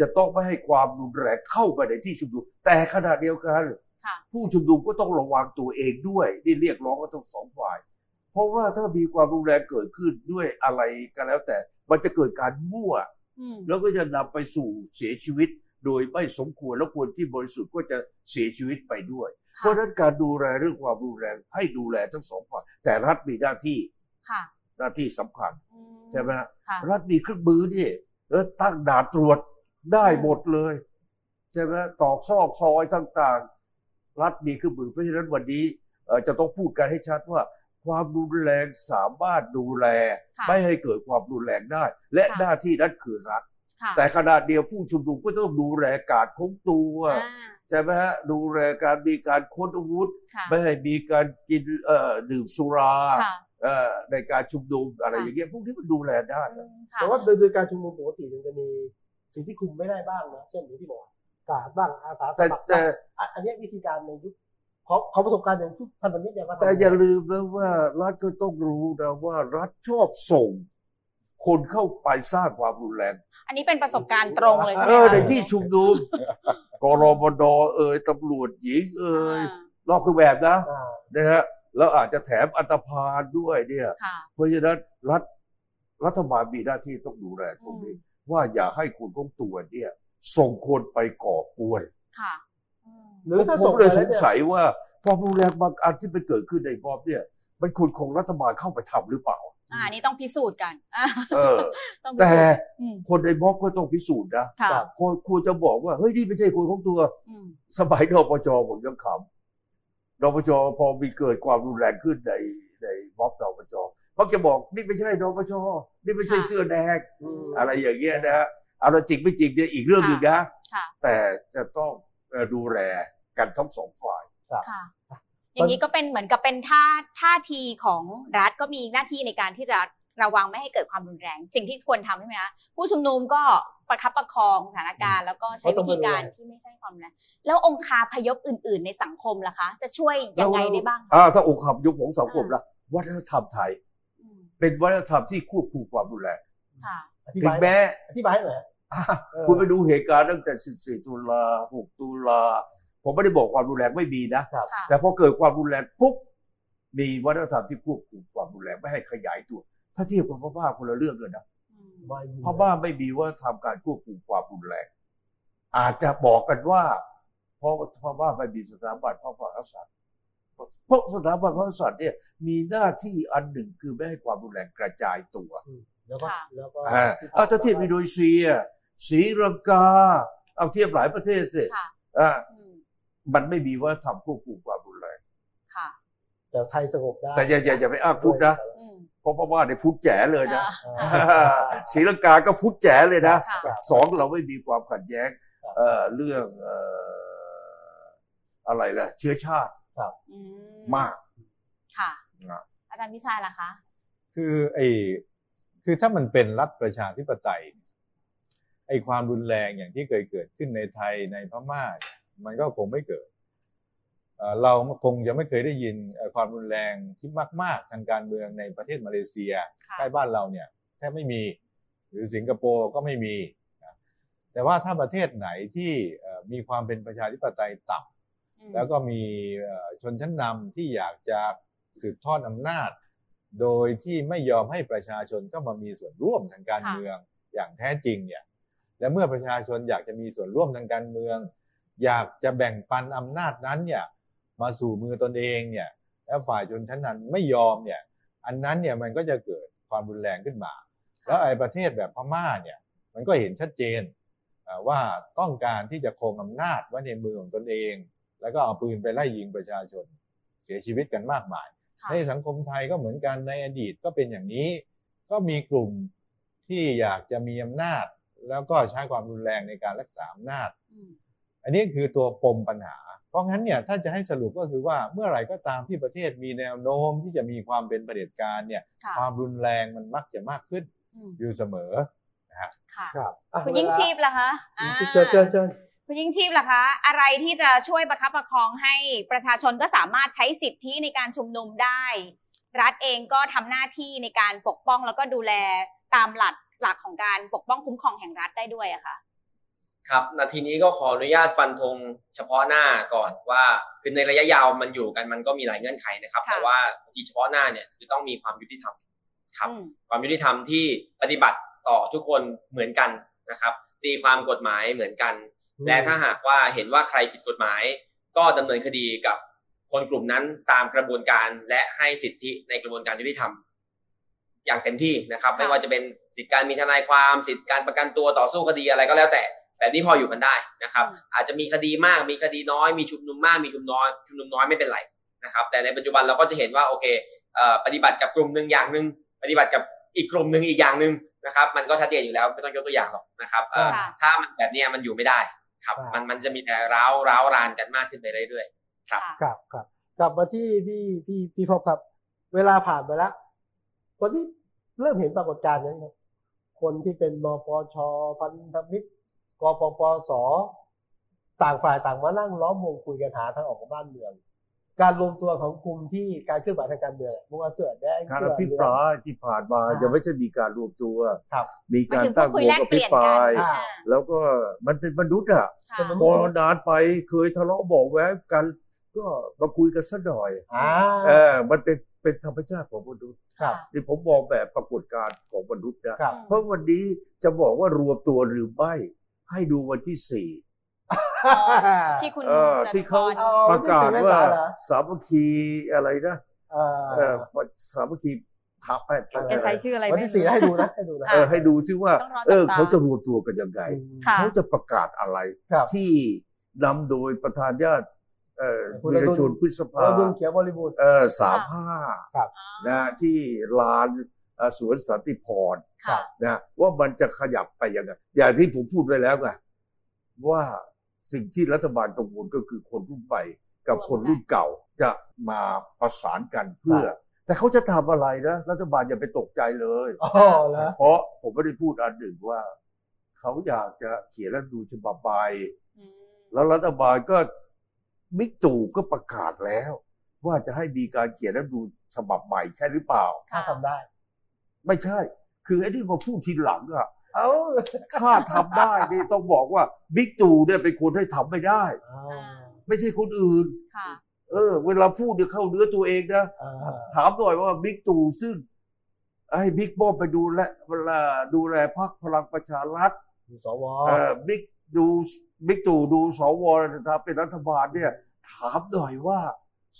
จะต้องไม่ให้ความรุนแรงเข้าไปในที่ชุมนุม แต่ขณะเดียวกัน ค่ะ ผู้ชุมนุมก็ต้องระวังตัวเองด้วยนี่เรียกร้องก็ต้องสองฝ่าย เพราะว่าถ้ามีความรุนแรงเกิดขึ้นด้วยอะไรก็แล้วแต่ มันจะเกิดการมั่ว อืม แล้วก็จะนำไปสู่เสียชีวิต โดยไม่สมควรและคนที่บริสุทธิ์ก็จะเสียชีวิตไปด้วย เพราะฉะนั้นการดูแลเรื่องความรุนแรงให้ดูแลทั้งสองฝ่ายแต่รัฐมีหน้าที่ ค่ะ หน้าที่สำคัญ อืม ใช่ไหมฮะ ค่ะ รัฐมีเครื่องมือนี่แล้วตั้งด่านตรวจได้หมดเลยใช่ไหมตอกซอกซอยต่างๆ รัฐมีเครื่องมือเพราะฉะนั้นวันนี้เอ่อจะต้องพูดกันให้ชัดว่า ความรุนแรงสามารถดูแล ค่ะ ไม่ให้เกิดความรุนแรงได้ และ ค่ะ หน้าที่นั้นคือรัฐ ค่ะ แต่ขณะเดียวผู้ชุมนุมก็ต้องดูแลการคุ้มตัว อ่า ใช่ไหมฮะดูแลการมีการค้นอาวุธ ค่ะ ไม่ให้มีการกินเอ่อดื่มสุรา ค่ะ เอ่อในการชุมนุมอะไร ค่ะ อย่างเงี้ยพวกนี้มันดูแลได้นะ อืมค่ะ แต่ว่าโดยโดยการชุมนุมปกติมันจะมีสิ่งที่คุมไม่ได้บ้างนะ เช่นอย่างที่บอกกาดบ้างอาสาส แต่ มัคร แต่ บ้างอ่ะอันเนี้ยวิธีการในยุคของของประสบการณ์อย่างยุคพันธมิตรเนี่ยก็ทำ แต่อย่าลืมนะว่ารัฐก็ต้องรู้นะว่ารัฐชอบส่ง คนเข้าไปสร้างความรุนแรง อันนี้เป็นประสบการณ์ตรงเลยใช่ไหม เออ คะ ในที่ชุมนุ มกรมดเอ่ยตำรวจหญิงเอ่ย อ่าน อกเครื่องแบบนะ อ่า นะฮะแล้วอาจจะแถมอันตพาลด้วยเนี่ย ค่ะ เพราะฉะนั้นรัฐรัฐบาลมีหน้าที่ต้องดูแลตรงนี้ว่าอย่าให้คนของตัวเนี่ย ส่งคนไปก่อกวน ค่ะอืม หรือถ้า ผ ส่ง ม ไป เลยส แว ง นี่ สัยว่าความรุนแรงบางอันที่มันเกิดขึ้นในบอบเนี่ย มันควรของรัฐบาลเข้าไปทำหรือเปล่า อ่าอันนี้ต้องพิสูจน์กันอ่า เออ ต้องพิ แต่ สูจน์อืม คนในบอบก็ต้องพิสูจน์นะ ค่ะ คนควรจะบอกว่า เฮ้ย นี่ไม่ใช่คนของตัว อืม สมัยนปจผมยังขำนปจพอมีเกิดความรุนแรงขึ้นในในม็อบนปจมักจะบอกนี่ไม่ใช่นปจนี่ไม่ใช่เสื้อแดง อืม อะไรอย่างเงี้ยนะฮะเอาละจริงไม่จริงเนี่ยอีกเรื่องหนึ่งนะ ค่ะ แต่จะต้องเอ่อดูแลกันทั้งสองฝ่าย ค่ะ อย่างนี้ก็เป็นเหมือนกับเป็นท่าท่าทีของรัฐก็มีหน้าที่ในการที่จะระวังไม่ให้เกิดความรุนแรง สิ่งที่ควรทำใช่ไหมคะผู้ชุมนุมก็ประคับประคองสถานการณ์แล้วก็ใช้วิธีการที่ไม่ใช่ความรุนแรงแล้วองค์คาพยพอื่น ๆ ในสังคมล่ะคะ จะช่วยยังไงได้บ้าง อ่าถ้าองค์ความยุคของสังคมละวัฒนธรรมไทย อืม เป็นวัฒนธรรมที่ควบคุมความรุนแรง ค่ะ อธิ ถึ บาง ย แม้ อธิบายให้หน่อย เออ คุณไปดูเหตุการณ์ตั้งแต่ 14 ตุลา 6 ตุลา ผมไม่ได้บอกความรุนแรงไม่มีนะ ครับ ค่ะ แต่พอเกิดความรุนแรงปุ๊บ มีวัฒนธรรมที่ควบคุมความรุนแรงไม่ให้ขยายตัว ถ้าเทียบกับพม่าคนละเรื่องเลยนะ อืม ไม่มี พม่าไม่มีว่าทำการควบคุมความรุนแรง อาจจะบอกกันว่า เพราะพม่าไม่มีสถาบันพระมหากษัตริย์เพราะสถาบันพระมหากษัตริย์เนี่ยมีหน้าที่อันหนึ่งคือไม่ให้ความรุนแรงกระจายตัว แล้วก็ ค่ะ แล้วก็ อ่าเอาถ้าเทียบอินโดนีเซียศรีลังกา เอาเทียบหลายประเทศสิ ค่ะ อ่า อืม มันไม่มีว่าทำควบคุมความรุนแรง ค่ะ แต่ไทยสงบได้ แต่อย่าอย่าอย่าไปอ้างพุทธนะ อืม เพราะพม่าเนี่ยพุทธแจ๋เลยนะ อ่า อ่า ศรีลังกาก็พุทธแจ๋เลยนะ ค่ะ สองเราไม่มีความขัดแย้ง ครับ เอ่อเรื่องเอ่ออะไรล่ะ เชื้อชาติ อื มาก ค่ะ นะ อาจารย์พิชัยล่ะคะ คือไอ้คือถ้ามันเป็นรัฐประชาธิปไตยเนี่ยไอ้ความรุนแรงอย่างที่เคยเกิดขึ้นในไทยในพม่าเนี่ยมันก็คงไม่เกิดเอ่อเราคงยังไม่เคยได้ยินเอ่อความรุนแรงที่มาก ๆ ทางการเมืองในประเทศมาเลเซีย ค่ะ ใกล้บ้านเราเนี่ยแทบไม่มีหรือสิงคโปร์ก็ไม่มีนะแต่ว่าถ้าประเทศไหนที่เอ่อมีความเป็นประชาธิปไตยต่ำ อืม แล้วก็มีเอ่อชนชั้นนำที่อยากจะสืบทอดอำนาจ โดยที่ไม่ยอมให้ประชาชนเข้ามามีส่วนร่วมทางการ ค่ะ เมืองอย่างแท้จริงเนี่ยและเมื่อประชาชนอยากจะมีส่วนร่วมทางการเมือง อยากจะแบ่งปันอำนาจนั้นเนี่ยมาสู่มือตนเองเนี่ยและฝ่ายชนชั้นนำไม่ยอมเนี่ยอันนั้นเนี่ยมันก็จะเกิดความรุนแรงขึ้นมา แล้วไอ้ประเทศแบบพม่าเนี่ยมันก็เห็นชัดเจนเอ่อว่าต้องการที่จะคงอำนาจไว้ในมือของตนเอง แล้วก็เอาปืนไปไล่ยิงประชาชน เสียชีวิตกันมากมาย ค่ะ ในสังคมไทยก็เหมือนกันในอดีตก็เป็นอย่างนี้ ก็มีกลุ่มที่อยากจะมีอำนาจ แล้วก็ใช้ความรุนแรงในการรักษาอำนาจ อืม อันนี้คือตัวปมปัญหา เพราะงั้นเนี่ยถ้าจะให้สรุปก็คือว่าเมื่อไหร่ก็ตามที่ประเทศมีแนวโน้มที่จะมีความเป็นเผด็จการเนี่ย ค่ะ ความรุนแรงมันมักจะมากขึ้น อืม อยู่เสมอ ค่ะ ครับอ่ะ คุณยิ่งชีพล่ะคะ คุณ อ่า ยิ่งชีพเชิญเชิญเชิญ คุณยิ่งชีพล่ะคะ อะไรที่จะช่วยประคับประคองให้ประชาชนก็สามารถใช้สิทธิในการชุมนุมได้ รัฐเองก็ทำหน้าที่ในการปกป้องแล้วก็ดูแลตามหลักหลักของการปกป้องคุ้มครองแห่งรัฐได้ด้วยอะค่ะ ครับนาทีนี้ก็ขออนุญาตฟันธงเฉพาะหน้าก่อนว่าคือในระยะยาวมันอยู่กันมันก็มีหลายเงื่อนไขนะครับ ค่ะ แต่ว่าอีเฉพาะหน้าเนี่ยคือต้องมีความยุติธรรมครับ อืม ความยุติธรรมที่ปฏิบัติต่อทุกคนเหมือนกันนะครับ ตีความกฎหมายเหมือนกัน อืม และถ้าหากว่าเห็นว่าใครผิดกฎหมาย ก็ดำเนินคดีกับคนกลุ่มนั้นตามกระบวนการและให้สิทธิในกระบวนการยุติธรรม อย่างเต็มที่นะครับ ไม่ว่าจะเป็นสิทธิการมีทนายความ สิทธิการประกันตัวต่อสู้คดีอะไรก็แล้วแต่แบบนี้พออยู่กันได้นะครับ อาจจะมีคดีมากมีคดีน้อย มีชุมนุมมากมีชุมน้อยชุมนุมน้อยไม่เป็นไรนะครับ แต่ในปัจจุบันเราก็จะเห็นว่าโอเค เอ่อปฏิบัติกับกลุ่มหนึ่งอย่างหนึ่งปฏิบัติกับอีกกลุ่มหนึ่งอีกอย่างหนึ่งนะครับ มันก็ชัดเจนอยู่แล้วไม่ต้องยกตัวอย่างหรอกนะครับเอ่อ ค่ะ ถ้ามันแบบเนี้ยมันอยู่ไม่ได้ครับ ค่ะ มันมันจะมีแต่ร้าวร้าวรานกันมากขึ้นไปเรื่อย ครับ ค่ะ ครับครับกลับมาที่พี่พี่พี่พบครับ เวลาผ่านไปแล้วตอนนี้เริ่มเห็นปรากฏการณ์นั้นครับ คนที่เป็นมปชพันธมิตรกปปสต่างฝ่ายต่างมานั่งล้อมวงคุยกันหาทางออกของบ้านเมือง การรวมตัวของกลุ่มที่การเคลื่อนไหวทางการเมืองไม่ว่าเสื้อแดง การ เสื้ อ อ ภิ เหลื ป อง รายที่ผ่านมา อ่ายั ยังไม่ใช่มีการรวมตัว ครับ มี หมาย การ ถึงพู ตั้ ด ง คุ วย ง แลก อ เป ภิ ลี่ยน ป กั ราน ย อ่า แล้วก็มันเป็นมนุษย์อ่ะ ค่ะ เป็นม พ นุ อ ษย์ นานไปเคยทะเลาะเบาะแว้งกัน ก็มาคุยกันสักหน่อย อ่า เออมันเป็นเป็นธรรมชาติของมนุษย์ ครับ นี่ผมมองแบบปรากฏการณ์ของมนุษย์นะครับ อืม เพราะวันนี้จะบอกว่ารวมตัวหรือไม่ให้ดูวันที่สี่ อ๋อ ที่คุณ เออ จตุพร ที่เขา อ ประกาศ ไม่ ว่า ใช่เมษเหรอ สามัคคีอะไรนะ เอ เอ อ อสามัคคีทับแปด อะไร แกใช้ชื่ออะไร วัน ไม่รู้ที่สี่ให้ดูนะให้ดูนะ เออให้ดูซิว่า ต้องรอจับตา เออเขาจะรวมตัวกันยังไง อืม ค่ะ เขาจะประกาศอะไร ครับ ที่นำโดยประธานญาติเอ่อ คุณ วีอรดุล ชนพฤษภา เราดูเขียวบริบูรณ์ เออสามห้านะที่ลานเอ่อสวนสันติพร ค่ะ นะว่ามันจะขยับไปยังไงอย่างที่ผมพูดไว้แล้วไงว่าสิ่งที่รัฐบาลกังวลก็คือคนรุ่นใหม่กับคนรุ่นเก่า จะมาประสานกันเพื่อ แต่เขาจะทำอะไรนะรัฐบาลอย่าไปตกใจเลย อ๋อแล้ว เพราะผมไม่ได้พูดอันหนึ่งว่า เขาอยากจะเขียนรัฐธรรมนูญฉบับใหม่ อืม แล้วรัฐบาลก็มิกตู่ก็ประกาศแล้ว ว่าจะให้มีการเขียนรัฐธรรมนูญฉบับใหม่ใช่หรือเปล่า ถ้าทำได้ ไม่ใช่ คือไอ้นี่มาพูดทีหลังอะ เอ้า ถ้าทำได้นี่ต้องบอกว่าบิ๊กตู่เนี่ยเป็นคนให้ทำไม่ได้ ไม่ใช่คนอื่น ค่ะ เออ เวลาพูดเนี่ยเข้าเนื้อตัวเองนะ อ่า ถามหน่อยว่าบิ๊กตู่ซึ่งให้บิ๊กป้อมไปดูแลเวลาดูแลพรรคพลังประชารัฐ อยู่สว เออบิ๊กดูบิ๊กตู่ดูสวนะครับเป็นรัฐบาลเนี่ย ถามหน่อยว่า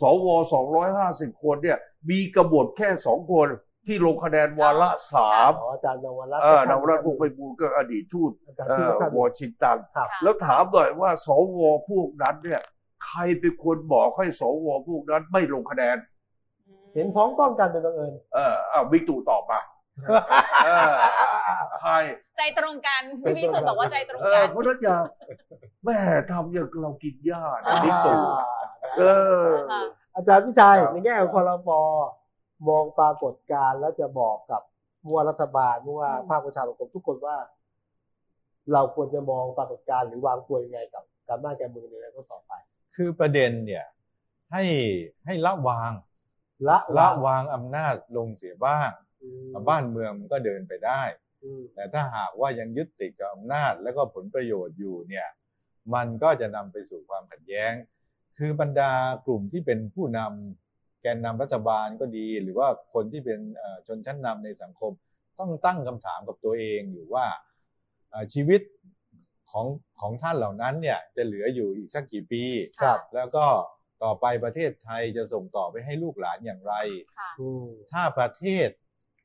สวสองร้อยห้าสิบคนเนี่ย มีกบฏแค่สองคนที่ลงคะแนนวาระสาม อ๋ออาจารย์นวรัตน์ เออเราเราพวกไปบูลย์ก็อดีตทูต อาจารย์ เอ่ ที่ อ ท่าน วอชิงตัน ครับ ค่ะ แล้วถามหน่อยว่าสวพวกนั้นเนี่ย ใครเป็นคนบอกให้สวพวกนั้นไม่ลงคะแนน อืม เห็นพ้องต้องกันเป็นบังเอิญ เอออ้าวบิ๊กตู่ตอบมาเออใคร ใจตรงกัน ใจตรงกัน พี่วิสุทธ์บอกว่าใจตรง เอ กั อน เพราะฉะนั้นอย่าแม่ทำอย่างเรากินหญ้านะบิ๊กตู่ อ่า เออ ค่ะ อาจารย์พิชัย ครับ ในแง่ของพลฟมองปรากฏการณ์แล้วจะบอกกับผู้ว่ารัฐบาลผู้ว่าภาคประชาสังคมทุกคนว่า เราควรจะมองปรากฏการณ์หรือวางตัวยังไงกับการบ้านการเมืองในอนาคตต่อไป คือประเด็นเนี่ยให้ให้ละวาง ละ ละ วาง วางอำนาจลงเสียบ้าง อืม บ้านเมืองมันก็เดินไปได้ อืม แต่ถ้าหากว่ายังยึดติดกับอำนาจและก็ผลประโยชน์อยู่เนี่ย มันก็จะนำไปสู่ความขัดแย้ง คือบรรดากลุ่มที่เป็นผู้นำแกนนำรัฐบาลก็ดี หรือว่าคนที่เป็นเอ่อชนชั้นนำในสังคม ต้องตั้งคำถามกับตัวเองอยู่ว่าเอ่อชีวิตของของท่านเหล่านั้นเนี่ยจะเหลืออยู่อีกสักกี่ปี ครับ แล้วก็ต่อไปประเทศไทยจะส่งต่อไปให้ลูกหลานอย่างไร ค่ะ อืม ถ้าประเทศ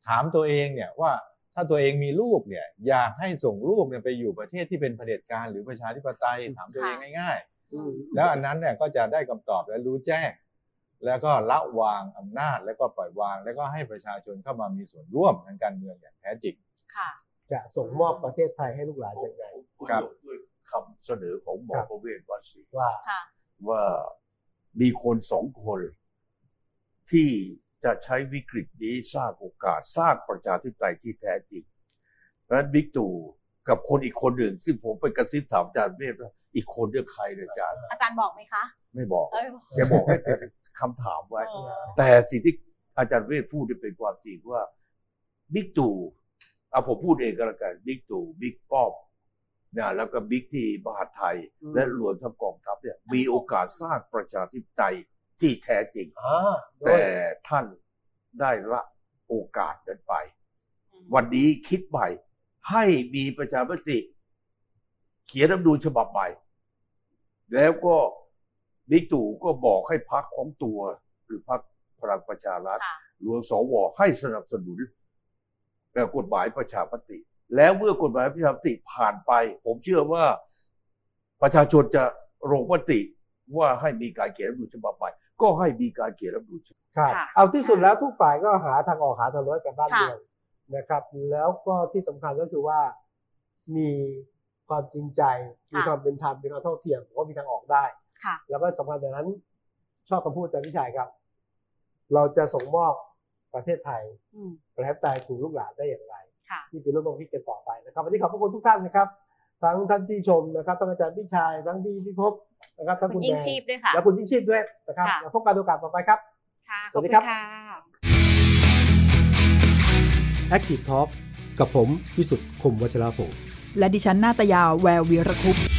ถามตัวเองเนี่ยว่าถ้าตัวเองมีลูกเนี่ยอยากให้ส่งลูกเนี่ยไปอยู่ประเทศที่เป็นเผด็จการหรือประชาธิปไตยถามตัวเองง่าย อืม ๆ แล้วอันนั้นเนี่ยก็จะได้คำตอบและรู้แจ้ง แล้วก็ละวางอำนาจแล้วก็ปล่อยวาง แล้วก็ให้ประชาชนเข้ามามีส่วนร่วมทางการเมืองอย่างแท้จริง ค่ะ จะส่งมอบประเทศไทยให้ลูกหลานยังไง ครับ ด้วยคำเสนอของหมอ ครับ ประเวศวาสี ว่า ค่ะ ว่ามีคนสองคน ที่จะใช้วิกฤตนี้สร้างโอกาสสร้างประชาธิปไตยที่แท้จริงเพราะฉะนั้นบิ๊กตู่กับคนอีกคนหนึ่ง ซึ่งผมไปกระซิบถามอาจารย์เวทว่าอีกคนเรื่องใครเนี่ยอาจารย์ อาจารย์บอกไหมคะ ไม่บอก เอ้ยบอก แกบอกให้เป็นคำถามไว้ เออ แต่สิ่งที่อาจารย์เวทพูดเนี่ยเป็นความจริงว่าบิ๊กตู่เอาผมพูดเองก็แล้วกันบิ๊กตู่บิ๊กป้อมนะแล้วก็บิ๊กที่มหาดไทย อืม และรวมทั้งกองทัพเนี่ย มีโอกาสสร้างประชาธิปไตยที่แท้จริง อ่าโด แต่ ย ท่านได้ละโอกาสนั้นไป อืม วันนี้คิดใหม่ ให้มีประชามติ เขียนรัฐธรรมนูญฉบับใหม่ แล้วก็บิ๊กตู่ก็บอกให้พักของตัว คือพักพลังประชารัฐ ค่ะ รวมสวให้สนับสนุนแต่กฎหมายประชามติ แล้วเมื่อกฎหมายประชามติผ่านไป ผมเชื่อว่าประชาชนจะลงมติว่าให้มีการเขียนรัฐธรรมนูญฉบับใหม่ ก็ให้มีการเขียนรัฐธรรมนูญฉบับ ครับ ค่ะ เอาที่สุดแล้วทุกฝ่ายก็หาทางออกหาทางลดกับบ้าน ค่ะ เมืองนะครับ แล้วก็ที่สำคัญก็คือว่ามีความจริงใจมีความเป็นธรรมมีความเท่าเทียมผมว่ามีทางออกได้ ค่ะ แล้วก็สำคัญจากนั้นชอบคำพูดอาจารย์พิชัยครับ เราจะส่งมอบประเทศไทย อืม ประชาธิปไตยสู่ลูกหลานได้อย่างไร ค่ะ นี่คือเรื่องต้องคิดกันต่อไปนะครับวันนี้ขอบพระคุณทุกท่านนะครับ ทั้งท่านที่ชมนะครับทั้งอาจารย์พิชัยทั้งพี่พิภพนะครับทั้ง คุ คุณ ณ ยิ่ แด ง ง ชีพด้วยค่ะ และคุณยิ่งชีพด้วยนะครับ ค่ะ แล้วพบกันโอกาสต่อไปครับ ค่ะ ส ข วัสอบ ดี คุณ ครับ ค่ะ Active Talk กับผมวิสุทธ์คมวัชรพงศ์ และดิฉันนาตยาแวววีรคุปต์